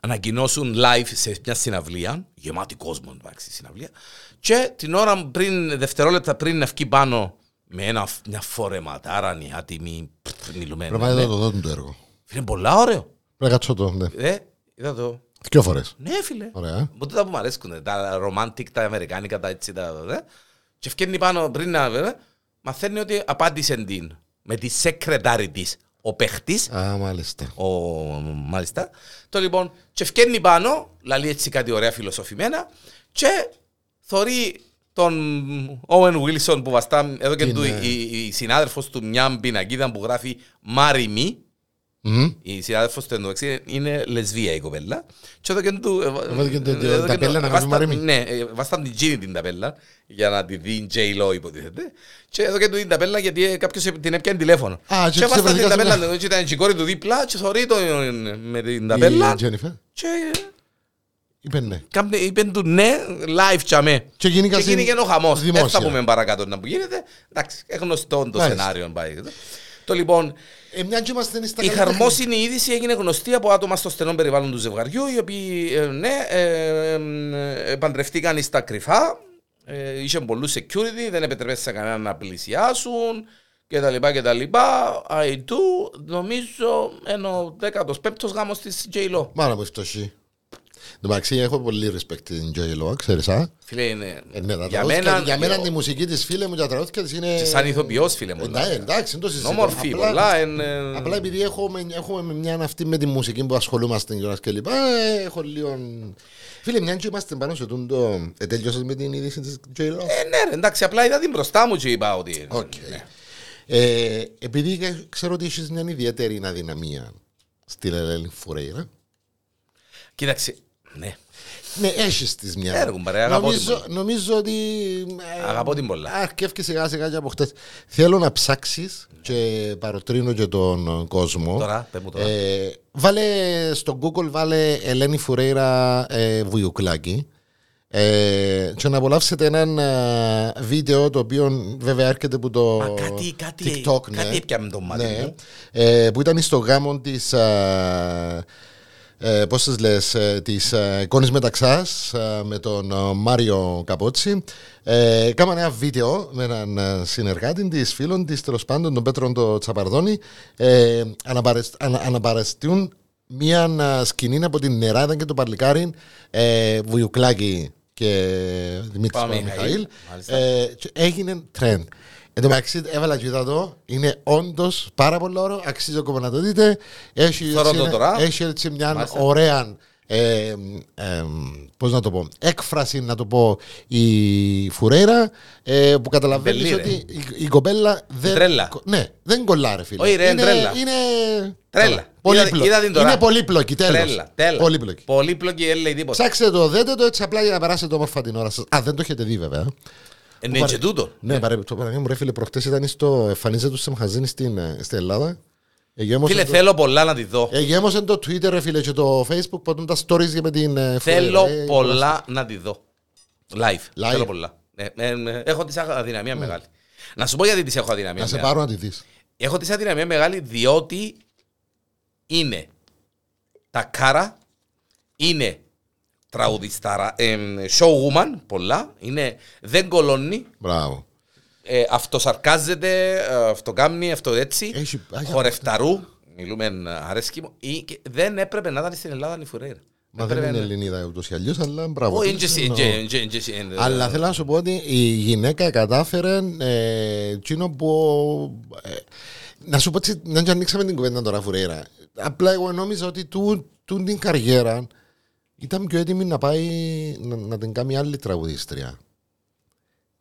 Speaker 1: ανακοινώσουν live σε μια συναυλία, γεμάτη κόσμο εντάξει συναυλία, και την ώρα πριν, δευτερόλεπτα πριν να βγει πάνω με ένα, μια φορεματάρα νιάτιμη,
Speaker 2: Πρέπει να
Speaker 1: νιλουμένη.
Speaker 2: δω το δω το έργο.
Speaker 1: Είναι πολλά ωραίο.
Speaker 2: Πρέπει να κάτσω το, ναι.
Speaker 1: Ε, είδα το.
Speaker 2: Δυο φορές.
Speaker 1: Ναι, φίλε.
Speaker 2: Ωραία.
Speaker 1: Μου τούτα που μου αρέσκουν, ε, τα romantic, τα αμερικάνικα, τα έτσι, τα δε. Και φκένει πάνω πριν να βέβαια, μαθαίνει ότι απάντησε την με τη σεκρετάρη της, ο παίχτης,
Speaker 2: Α, μάλιστα.
Speaker 1: ο, μάλιστα. Το λοιπόν, και φκένει πάνω, λαλεί έτσι κάτι ωραία φιλοσοφημένα, και θωρεί τον Owen Wilson που βαστά εδώ και
Speaker 2: Είναι.
Speaker 1: του, η, η- η συνάδελφος του μια πινακίδα που γράφει «Marry me»,
Speaker 2: Μμμ.
Speaker 1: η συνάδελφο του εντωμεταξύ είναι λεσβία η κοπέλα. Και εδώ και του. ε,
Speaker 2: Εδώ και του-
Speaker 1: ε, εδώ
Speaker 2: ταπέλα
Speaker 1: του- βάσταν-
Speaker 2: να κάνουμε μαρίμι.
Speaker 1: Ναι, ε, βάσταν την Τζίνι την ταπέλα για να τη δει η J-Lo υποτίθεται. Και εδώ και του την ταπέλα γιατί κάποιο την έπιανε τηλέφωνο.
Speaker 2: Α, και
Speaker 1: και βάσταν την
Speaker 2: ξεβρεθήκαν
Speaker 1: ταπέλα
Speaker 2: σήμερα.
Speaker 1: του, και ήταν και η κόρη του δίπλα, και θωρεί τον με την
Speaker 2: Η
Speaker 1: ταπέλα.
Speaker 2: Τζένιφερ
Speaker 1: Και
Speaker 2: είπε ναι.
Speaker 1: κάμπνε- είπε του ναι, live τσαμέ.
Speaker 2: Και γίνηκα
Speaker 1: Και
Speaker 2: συν-
Speaker 1: γίνηκε ο χαμός. Δεν θα
Speaker 2: δημόσια.
Speaker 1: πούμε παρακάτω να που γίνεται. Εντάξει, γνωστό το
Speaker 2: Μάλιστα.
Speaker 1: σενάριο. πάει. Το λοιπόν,
Speaker 2: Ε, μια και είμαστε στα
Speaker 1: η
Speaker 2: καλύτερα.
Speaker 1: χαρμόσυνη είδηση έγινε γνωστή από άτομα στο στενό περιβάλλον του ζευγαριού, οι οποίοι ε, ναι, ε, ε, ε, παντρευτήκαν στα κρυφά, ε, είχε πολλούς security, δεν επιτρέπεσαι κανέναν να πλησιάσουν και τα λοιπά και τα λοιπά. Αϊτού, νομίζω, ενώ ο 15ο γάμος της JLO.
Speaker 2: Μάρα μου φτωχή. Εν τω μεταξύ, έχω πολύ respect την Joy Lo, ξέρεις, α.
Speaker 1: Φίλε, είναι.
Speaker 2: Ε, ναι, τα
Speaker 1: για
Speaker 2: τραγούδια-
Speaker 1: μένα,
Speaker 2: για μένα
Speaker 1: ο-
Speaker 2: τη μουσική της φίλε μου, τα τραγούδια της είναι... Ε,
Speaker 1: και σαν ηθοποιός, φίλε μου.
Speaker 2: Εντάξει, εντάξει, δεν το συζητώ.
Speaker 1: Όμορφη,
Speaker 2: ναι, ε, Απλά-
Speaker 1: πολλά. εν, ε,
Speaker 2: Απλά επειδή έχουμε, έχουμε μια αυτή με τη μουσική που ασχολούμαστε κιόλας και λοιπά, ε, έχω λίγο... Φίλε, μια και είμαστε πάνω σε τούντο... Ε, τελειώσες με την είδηση της Joy Lo.
Speaker 1: Ε, ναι, ρε, εντάξει, απλά είδα την μπροστά μου και είπα ότι.
Speaker 2: Οκ. Ε, επειδή ξέρω ότι έχεις μια ιδιαίτερη αδυναμία στην Ελένη Φουρέιρα.
Speaker 1: Κοίταξε. Ναι.
Speaker 2: Ναι, έχεις τη μια.
Speaker 1: Έργο, παρέ, αγαπώ την
Speaker 2: νομίζω,
Speaker 1: πολύ.
Speaker 2: νομίζω ότι. ε,
Speaker 1: Αγαπώ την πολλά.
Speaker 2: Αρκεύει σιγά σιγά και από χτες. Θέλω να ψάξεις και παροτρύνω και τον κόσμο.
Speaker 1: Ναι. Τώρα, πες μου τώρα.
Speaker 2: Ε, βάλε στο Google, βάλε Ελένη Φουρέιρα ε, Βουιουκλάκη. Ε, και να απολαύσετε έναν ε, βίντεο το οποίο βέβαια έρχεται από το
Speaker 1: Α, κάτι- κάτι-
Speaker 2: TikTok.
Speaker 1: κάτι
Speaker 2: ναι.
Speaker 1: έπιαμε το μάτι
Speaker 2: Ναι.
Speaker 1: μου.
Speaker 2: Ε, που ήταν στο γάμο της ε, ε, πώς τις λες, ε, της ε, Κόνης Μεταξάς ε, με τον ε, Μάριο Καπότσι. Ε, κάμανε ένα βίντεο με έναν ε, συνεργάτη της, φίλων της, τέλος πάντων, τον Πέτρον το Τσαπαρδόνη. Ε, αναπαρεσ- ανα- αναπαραστούν μία ε, σκηνή από την Νεράδα και το Παρλικάριν, ε, Βουιουκλάκη και Δημήτρης
Speaker 1: Πάμε,
Speaker 2: Μιχαήλ.
Speaker 1: Μάλιστα.
Speaker 2: Ε, και έγινε trend. Εν τω μεταξύ έβαλα και είδα το, είναι όντως πάρα πολύ ωραίο, αξίζει ακόμα να το δείτε. Έχει,
Speaker 1: Θωρώ το
Speaker 2: έτσι,
Speaker 1: τώρα.
Speaker 2: έχει έτσι μια
Speaker 1: Μάλιστα.
Speaker 2: ωραία, ε, ε, πώς να το πω, έκφραση να το πω η Φουρέρα ε, που καταλαβαίνεις
Speaker 1: Μπελή, ρε.
Speaker 2: ότι η, η κοπέλα δεν,
Speaker 1: Τρέλα.
Speaker 2: κο- ναι, δεν κολλάρε φίλε.
Speaker 1: Όχι, ρε,
Speaker 2: είναι,
Speaker 1: τρέλα.
Speaker 2: είναι-
Speaker 1: Τρέλα.
Speaker 2: Πολύπλοκη.
Speaker 1: Είδα- είδα την τώρα.
Speaker 2: Είναι πολύπλοκη, τέλος.
Speaker 1: Τρέλα. Τέλα.
Speaker 2: Πολύπλοκη.
Speaker 1: Πολύπλοκη, δεν λέει τίποτα.
Speaker 2: Ψάξτε το, δέτε το έτσι απλά για να περάσετε όμορφα την ώρα σας. Α, δεν το έχετε δει βέβαια.
Speaker 1: Είναι Ε, και τούτο.
Speaker 2: Ναι, παρε, το Παναγία μου ρε φίλε, προχτές ήταν στο εμφανίζεται του Σεμχαζίνη στην, ε, στην Ελλάδα. Εγέμωσε
Speaker 1: Φίλε,
Speaker 2: το-
Speaker 1: θέλω πολλά να τη
Speaker 2: Ε,
Speaker 1: δω.
Speaker 2: εγέμωσε το Twitter ρε φίλε και το Facebook που τα stories για με την ε, Φουρέιρα. Ε,
Speaker 1: Θέλω πολλά να τη δω. Live.
Speaker 2: Live. Mm.
Speaker 1: Θέλω πολλά. Ε, ε, ε, Έχω τη αδυναμία μεγάλη. Να σου πω γιατί τη έχω αδυναμία.
Speaker 2: Να σε
Speaker 1: μεγάλη.
Speaker 2: πάρω να τη δεις.
Speaker 1: Έχω τη αδυναμία μεγάλη διότι είναι τα κάρα, είναι τραγουδιστάρα, εμ, showwoman, πολλά, είναι, δεν κολώνει,
Speaker 2: Μπράβο.
Speaker 1: ε, αυτοσαρκάζεται, ε, αυτοκάμνει, αυτό έτσι,
Speaker 2: Έχει- άγια-
Speaker 1: χορευταρού, μιλούμε ε, αρέσκει μου, ή- και δεν έπρεπε να ήταν στην Ελλάδα η Φουρέιρα.
Speaker 2: Μα
Speaker 1: Έπρεπε
Speaker 2: δεν είναι
Speaker 1: να-
Speaker 2: Ελληνίδα ούτως ή αλλιώς, αλλά μπράβο.
Speaker 1: Όχι,
Speaker 2: της,
Speaker 1: είναι και εσύ,
Speaker 2: εννοώ.
Speaker 1: είναι και- είναι και εσύ, είναι-
Speaker 2: Αλλά θέλω να σου πω ότι η γυναίκα κατάφερε ε, εκείνο που. ε, να σου πω έτσι, να και ανοίξαμε την κουβέντα τώρα, Φουρέιρα. Απλά εγώ νόμιζα ότι του, του την καριέρα ήταν πιο έτοιμη να πάει να, να την κάνει άλλη τραγουδίστρια.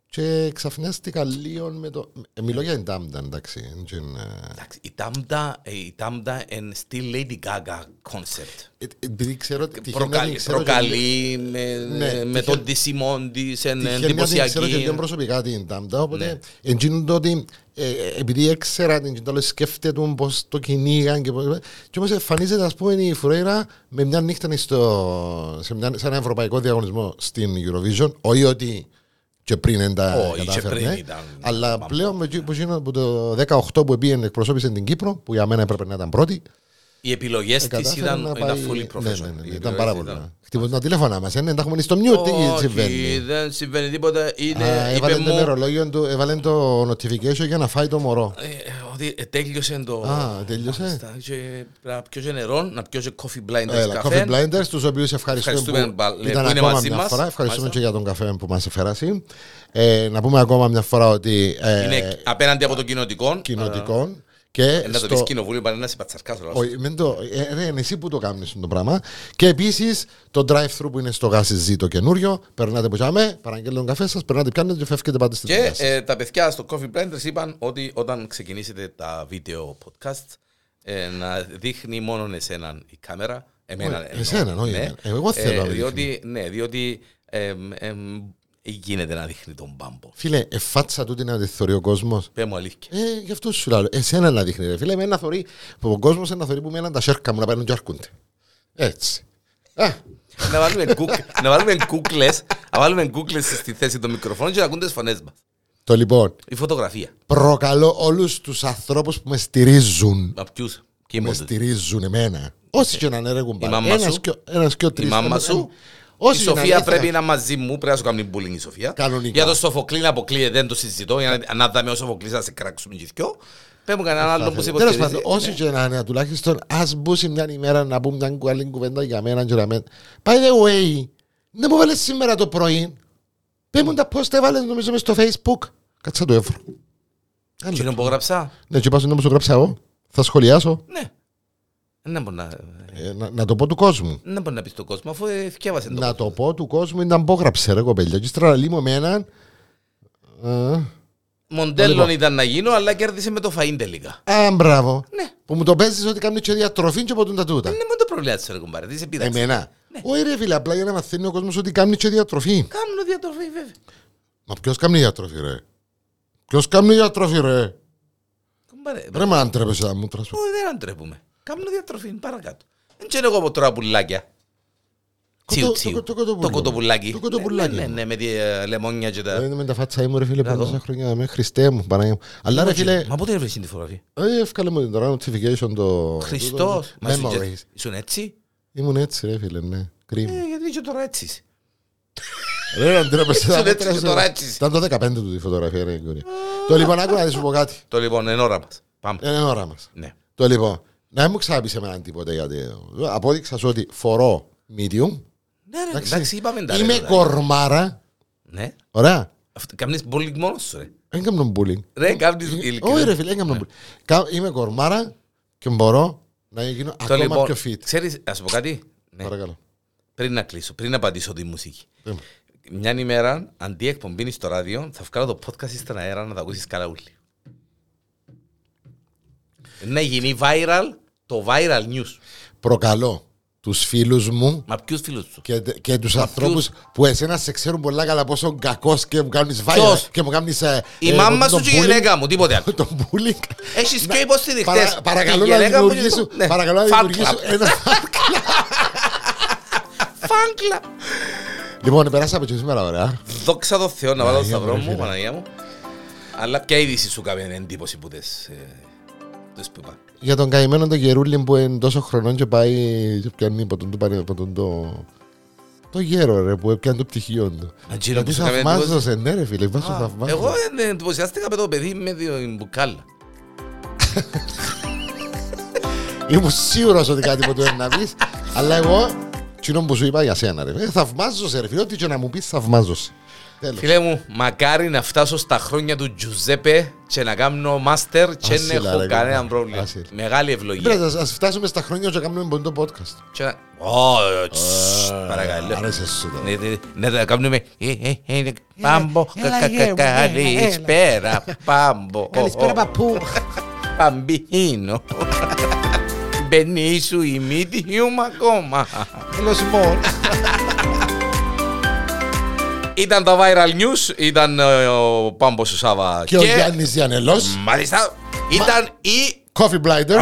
Speaker 2: Και ξαφνιάστηκα λίγο με το. ε, μιλώ για την Τάμτα, εντάξει. εν τζιν, ε,
Speaker 1: Εντάξει, η Τάμτα, ε, η Τάμτα and still Lady Gaga concept.
Speaker 2: ε, Επειδή ξέρω ότι. τυχαίνει να την
Speaker 1: Προκαλεί,
Speaker 2: ξέρω και-
Speaker 1: προκαλεί με,
Speaker 2: Ναι,
Speaker 1: με
Speaker 2: τυχαίνει-
Speaker 1: τον τισιμόν τη,
Speaker 2: Τυχαίνει να την ξέρω και
Speaker 1: Ναι, εντυπωσιακή.
Speaker 2: λίγο προσωπικά την Τάμτα,
Speaker 1: Ναι.
Speaker 2: οπότε εκείνο το ότι ε, ε, επειδή έξερα την κοινότητα, σκέφτεται πώς το κυνήγαν και πώς... Και όμως εμφανίζεται, ας πούμε, η Φουρέιρα με μια νύχτα στο, σε, μια, σε ένα ευρωπαϊκό διαγωνισμό στην Eurovision, όχι ότι και πριν δεν τα
Speaker 1: Όχι, και πριν
Speaker 2: κατάφερνε,
Speaker 1: ήταν-
Speaker 2: αλλά
Speaker 1: μπαμ,
Speaker 2: πλέον με, που, εκείνο που το 18 που επήγαινε εκπροσώπησε την Κύπρο, που για μένα έπρεπε να ήταν πρώτη,
Speaker 1: Οι επιλογές τη
Speaker 2: Ε, κατάφερε
Speaker 1: ήταν,
Speaker 2: να
Speaker 1: ήταν
Speaker 2: πάει-
Speaker 1: fully
Speaker 2: Ναι,
Speaker 1: professional.
Speaker 2: ναι, ναι,
Speaker 1: Οι
Speaker 2: ήταν
Speaker 1: επιλογές
Speaker 2: πάρα
Speaker 1: ήταν-
Speaker 2: πολύ. Χτυπούν τα τηλέφωνα μας, ε, δεν τα έχουμε στο μνιού, τι συμβαίνει.
Speaker 1: Όχι, δεν συμβαίνει τίποτα.
Speaker 2: Α,
Speaker 1: Είναι, Ναι, είπε
Speaker 2: Έβαλε το
Speaker 1: μου
Speaker 2: ημερολόγιο του, έβαλε το notification για να φάει το μωρό.
Speaker 1: ε, ότι ε, τέλειωσε το.
Speaker 2: Α, τέλειωσε.
Speaker 1: Μάλιστα, και πρέπει Να πιώσει νερό, να πιώσει coffee blinders
Speaker 2: Έλα,
Speaker 1: Ναι, καφέ.
Speaker 2: Coffee Blinders, τους οποίους ευχαριστούμε
Speaker 1: Ευχαριστούμε,
Speaker 2: που
Speaker 1: μπα- που
Speaker 2: ήταν
Speaker 1: είναι
Speaker 2: ακόμα
Speaker 1: μαζί
Speaker 2: μια
Speaker 1: μας.
Speaker 2: φορά. Ευχαριστούμε
Speaker 1: Μάλιστα.
Speaker 2: και για τον καφέ που μας εφέρασε. Ε, να πούμε ακόμα μια φορά ότι ε,
Speaker 1: Είναι απέναντι από το κοινοτικό.
Speaker 2: κοινοτικών και
Speaker 1: Ε, Να το πεις
Speaker 2: στο...
Speaker 1: κοινοβούλιο, πάνε να σε πατσαρκάσω.
Speaker 2: Όχι, μην το, ε, ρε, είναι εσύ που το κάνεις το πράγμα. Και επίσης το drive-thru που είναι στο γάσι Z το καινούριο. Περνάτε που τσάμε, παραγγέλνετε τον καφέ σας, περνάτε πιάνετε και φεύγετε πάτε στη δουλειά
Speaker 1: Και
Speaker 2: σας.
Speaker 1: ε, τα παιδιά στο Coffee Blinders είπαν ότι όταν ξεκινήσετε τα βίντεο podcast ε, να δείχνει μόνο εσέναν η κάμερα. Εμένα,
Speaker 2: Όχι,
Speaker 1: εννοώ. Ναι. Ε,
Speaker 2: εσέναν, όχι εμένα. Εγώ θέλω να με
Speaker 1: διότι, ναι, διότι εμ, εμ, γίνεται να δείχνει τον μπάμπο.
Speaker 2: Φίλε, εφάτσα τούτη να τη θεωρεί ο κόσμος.
Speaker 1: Πες μου αλήθεια.
Speaker 2: Ε, γι' αυτό σου λέω. Εσένα να δείχνει, ρε φίλε. Με ένα θωρεί. Ο κόσμος ένα θωρεί που με έναν τα σέρκα μου να παίρνουν και αρκούνται. Έτσι. Α,
Speaker 1: να βάλουμε, κουκ, να βάλουμε κούκλες, να βάλουμε κούκλες στη θέση των μικροφώνων και να ακούν τις φωνές μας.
Speaker 2: το λοιπόν.
Speaker 1: Η φωτογραφία.
Speaker 2: Προκαλώ όλους τους ανθρώπους που με στηρίζουν.
Speaker 1: Να ποιους. Και
Speaker 2: Με
Speaker 1: μόνο.
Speaker 2: στηρίζουν εμένα. Όσοι και να είναι ρε κουμπάρε.
Speaker 1: Η μάμα
Speaker 2: Ένας
Speaker 1: σου.
Speaker 2: και ο- ένας και ο τρεις.
Speaker 1: Η μάμα
Speaker 2: Ένα-
Speaker 1: σου. Η
Speaker 2: Όσοι και να
Speaker 1: Σοφία
Speaker 2: είναι,
Speaker 1: πρέπει
Speaker 2: θα-
Speaker 1: να είναι μαζί μου, πρέπει να σου κάνει bullying η Σοφία.
Speaker 2: Κανονικά.
Speaker 1: Για το Σοφοκλή να αποκλείεται, δεν το συζητώ. Για να, να δάμε ο Σοφοκλής να σε κράξουμε και δυο. Πες μου κανέναν άλλο που σε
Speaker 2: Τέλος πάντων,
Speaker 1: υποστηρίζει.
Speaker 2: όσοι και να είναι, τουλάχιστον ας μπούσει μια ημέρα να πούμε μια άλλη κουβέντα για μένα και για μένα. By the way, δεν μου βάλες σήμερα το πρωί. Πες μου τα πώς τα έβαλες νομίζω μες στο facebook. Κάτσε να το έβρω.
Speaker 1: Τι είναι που έγραψα.
Speaker 2: Ναι, και πας να μου το γράψα εγώ. Θα σχολιάσω.
Speaker 1: Ναι. Δεν μπορεί να,
Speaker 2: Ε, να, να το πω του κόσμου.
Speaker 1: δεν μπορεί να πεις στον κόσμο, αφού ευκέβασε το.
Speaker 2: να το πω του κόσμου είναι να μπω γράψε ρε κοπέλια. Και ύστερα να λύμω με έναν. Ε,
Speaker 1: Μοντέλο
Speaker 2: Λοιπόν.
Speaker 1: ήταν να γίνω, αλλά κέρδισε με το φαΐν τελικά.
Speaker 2: Α, μπράβο.
Speaker 1: Ναι.
Speaker 2: Που μου το παίζεις ότι κάνει και διατροφή και ποτούν τα τούτα.
Speaker 1: Δεν είναι μόνο το πρόβλημα τη Ρεκουμπάρα, δεν σε πειράζει.
Speaker 2: Εμένα. Όχι, ρε φίλε, απλά για να μαθαίνει ο κόσμος ότι κάνει και διατροφή.
Speaker 1: Κάνω διατροφή, βέβαια.
Speaker 2: Μα ποιος κάνει διατροφή, ρε. Ποιος κάνει διατροφή, ρε.
Speaker 1: Κουμπάρε,
Speaker 2: Ρε, μα αντρέπεσαι να μου τρασπώ.
Speaker 1: Ω, δεν αντρέπουμε. Κάνω διατροφή, παρακάτω. Δεν ξέρω εγώ από τώρα πουλάκια. Τσιου,
Speaker 2: το-
Speaker 1: τσιου.
Speaker 2: το- το κοτοπούλι.
Speaker 1: Το κοτοπουλάκι.
Speaker 2: Το κοτοπουλάκι.
Speaker 1: Ναι, ναι, ναι, με τη ε, λεμόνια και τα.
Speaker 2: Δεν με τα φάτσα μου, ρε φίλε,
Speaker 1: Να
Speaker 2: που
Speaker 1: δω.
Speaker 2: τόσα χρόνια με Χριστέ μου, Παναγία μου. Αλλά ρε φίλε,
Speaker 1: Μα πότε έβρεσαι τη φωτογραφία.
Speaker 2: ε, έφκαλε μου την τώρα notification το.
Speaker 1: Χριστός.
Speaker 2: το-
Speaker 1: Μα ήσουν και-
Speaker 2: Memories.
Speaker 1: Ήσουν έτσι.
Speaker 2: Ήμουν έτσι, ρε φίλε, ναι. Κρίμα.
Speaker 1: Ε, γιατί και τώρα έτσι. είσαι.
Speaker 2: Ρε, αντρέπεσαι.
Speaker 1: Ήσουν
Speaker 2: να μου
Speaker 1: έτσι και
Speaker 2: τρασπώ.
Speaker 1: τώρα έτσι.
Speaker 2: Ήταν το 15 του τη φωτογραφία, ρε Γκουρία. Το λοιπόν, άκου να σου πω κάτι. Ε,
Speaker 1: Το λοιπόν, εν ώρα μας. Πάμε.
Speaker 2: Είναι ώρα μας.
Speaker 1: Ναι.
Speaker 2: Το λοιπόν, να μην μου ξάπεις εμένα τίποτα γιατί ε, απόδειξα σου ότι φορώ medium.
Speaker 1: Ναι, ρε,
Speaker 2: Εντάξει.
Speaker 1: εντάξει, είπαμε τα. ρε,
Speaker 2: Είμαι
Speaker 1: τώρα.
Speaker 2: κορμάρα.
Speaker 1: Ναι.
Speaker 2: Ωραία.
Speaker 1: Αυτό- Κάμνεις bullying μόνος σου, ρε.
Speaker 2: Δεν κάνω bullying. Ε,
Speaker 1: Ρε, κάμνεις
Speaker 2: Όχι
Speaker 1: ειλικρινά.
Speaker 2: ρε φίλε, δεν κάνω bullying. Κα- Είμαι κορμάρα και μπορώ να γίνω
Speaker 1: Το
Speaker 2: ακόμα
Speaker 1: λοιπόν,
Speaker 2: πιο fit.
Speaker 1: ξέρεις, να σου πω κάτι. Ναι.
Speaker 2: Παρακαλώ.
Speaker 1: Πριν να κλείσω, πριν να απαντήσω τη μουσική.
Speaker 2: Ε,
Speaker 1: Μια ημέρα, αντί εκπομπή στο ράδιο, θα βγάλω το podcast στον αέρα να τα ακούσεις καλά όλοι. Να Ναι, γίνει viral το viral news.
Speaker 2: Προκαλώ τους φίλους μου
Speaker 1: Μα ποιους φίλους σου.
Speaker 2: και, και τους ανθρώπους που εσένα σε ξέρουν πολλά καλά πόσο κακός και μου κάνεις viral
Speaker 1: Ποιος?
Speaker 2: και μου κάνεις ε,
Speaker 1: Η
Speaker 2: ε,
Speaker 1: μάμα
Speaker 2: το
Speaker 1: σου και η
Speaker 2: bullying- <laughs>
Speaker 1: γυναίκα μου, τίποτε άλλο.
Speaker 2: Το bullying.
Speaker 1: Έχει και υποστηρικτές.
Speaker 2: Παρα- παρακαλώ
Speaker 1: Τη
Speaker 2: να
Speaker 1: γυναίκα μου και
Speaker 2: δημιουργήσω,
Speaker 1: το- ναι.
Speaker 2: παρακαλώ να
Speaker 1: Fan
Speaker 2: δημιουργήσω
Speaker 1: club.
Speaker 2: ένα
Speaker 1: <laughs> Fan club.
Speaker 2: Λοιπόν, περάσαμε και σήμερα ωραία.
Speaker 1: Δόξα τω Θεώ να βάλω το
Speaker 2: Παναγία μου,
Speaker 1: σταυρό
Speaker 2: ρε
Speaker 1: μου,
Speaker 2: φίλε.
Speaker 1: Παναγία μου. Αλλά ποια είδηση σου κάνει εντύπωση που τες, ε, τες που είπα.
Speaker 2: Για τον καημένο τον Γερούλη που είναι τόσο χρονών και πάει και πιάνει από τον, το, από τον το, το γέρο ρε που έπιανε το πτυχίο του.
Speaker 1: Αν τζίνο
Speaker 2: Γιατί
Speaker 1: που σου κάνει εντύπωση.
Speaker 2: θαυμάζωσε, ναι ρε φίλε, βάζω
Speaker 1: Α,
Speaker 2: θαυμάζωσε.
Speaker 1: Εγώ ε, εντυπωσιάστηκα με το παιδί με την μπουκάλα. ε.
Speaker 2: Ήμουν σίγουρος ότι κάτι που του είναι να πεις, αλλά εγώ, κοινό που σου είπα για σένα ρε. Ε, θαυμάζωσε ρε φίλε, ό,τι και να μου πεις θαυμάζωσε. Τέλος.
Speaker 1: Φίλε μου, μακάρι να φτάσω στα χρόνια του Τζουζέπε και να κάνω μάστερ και
Speaker 2: Άσυλα,
Speaker 1: δεν έχω
Speaker 2: ρε,
Speaker 1: κανένα
Speaker 2: καλά.
Speaker 1: πρόβλημα.
Speaker 2: Άσυλα.
Speaker 1: Μεγάλη
Speaker 2: Ε, Πρέπει
Speaker 1: ευλογία.
Speaker 2: να ας φτάσουμε στα χρόνια και να κάνουμε ποντό podcast.
Speaker 1: Και να- Ω, τσσ, Παρακαλώ.
Speaker 2: Άρεσε σου τώρα.
Speaker 1: Ναι, ναι, Ναι, να κάνουμε ε, ε, ε, ε, πάμπο, κα- κα- κα- καλησπέρα, πάμπο,
Speaker 2: <laughs> Καλησπέρα
Speaker 1: ω, ω.
Speaker 2: παππού.
Speaker 1: Παμπίνο. <laughs> Μπαίνει σου η medium ακόμα.
Speaker 2: Τέλος μου.
Speaker 1: Ήταν τα viral news, ήταν ε, ο Πάμπος ο Σάβα
Speaker 2: Και ο Γιάννης Διανελός.
Speaker 1: Μάλιστα, ήταν η...
Speaker 2: Coffee Blinders.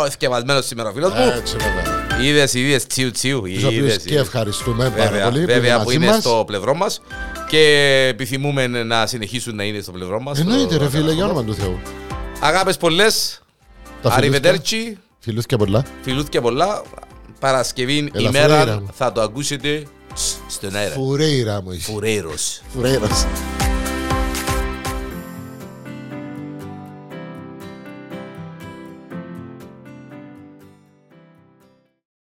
Speaker 1: Ο εθκευασμένος σήμερα ο φίλος μου.
Speaker 2: Έτσι βέβαια.
Speaker 1: Είδες, είδες, τσιου τσιου.
Speaker 2: Ε, Τους
Speaker 1: είδες,
Speaker 2: οποίους και
Speaker 1: είδες.
Speaker 2: ευχαριστούμε πάρα
Speaker 1: Βέβαια,
Speaker 2: πολύ που
Speaker 1: βέβαια
Speaker 2: είναι
Speaker 1: που
Speaker 2: μαζί
Speaker 1: είναι
Speaker 2: μας.
Speaker 1: στο πλευρό μας και επιθυμούμε να συνεχίσουν να είναι στο πλευρό μας.
Speaker 2: Εννοείται ρε φίλε,
Speaker 1: Αγάπες
Speaker 2: για όνομα του Θεού.
Speaker 1: Αγάπες πολλές,
Speaker 2: Τα φιλούθια-
Speaker 1: αριβεντέρτσι,
Speaker 2: Φιλούθια πολλά.
Speaker 1: φιλούθια πολλά. Παρασκευή
Speaker 2: Ελαφρά
Speaker 1: ημέρα
Speaker 2: ήρεμα.
Speaker 1: θα το ακούσετε σ- στον αέρα.
Speaker 2: Φουρέιρα μου είσαι.
Speaker 1: Φουρέρος.
Speaker 2: Φουρέιρας.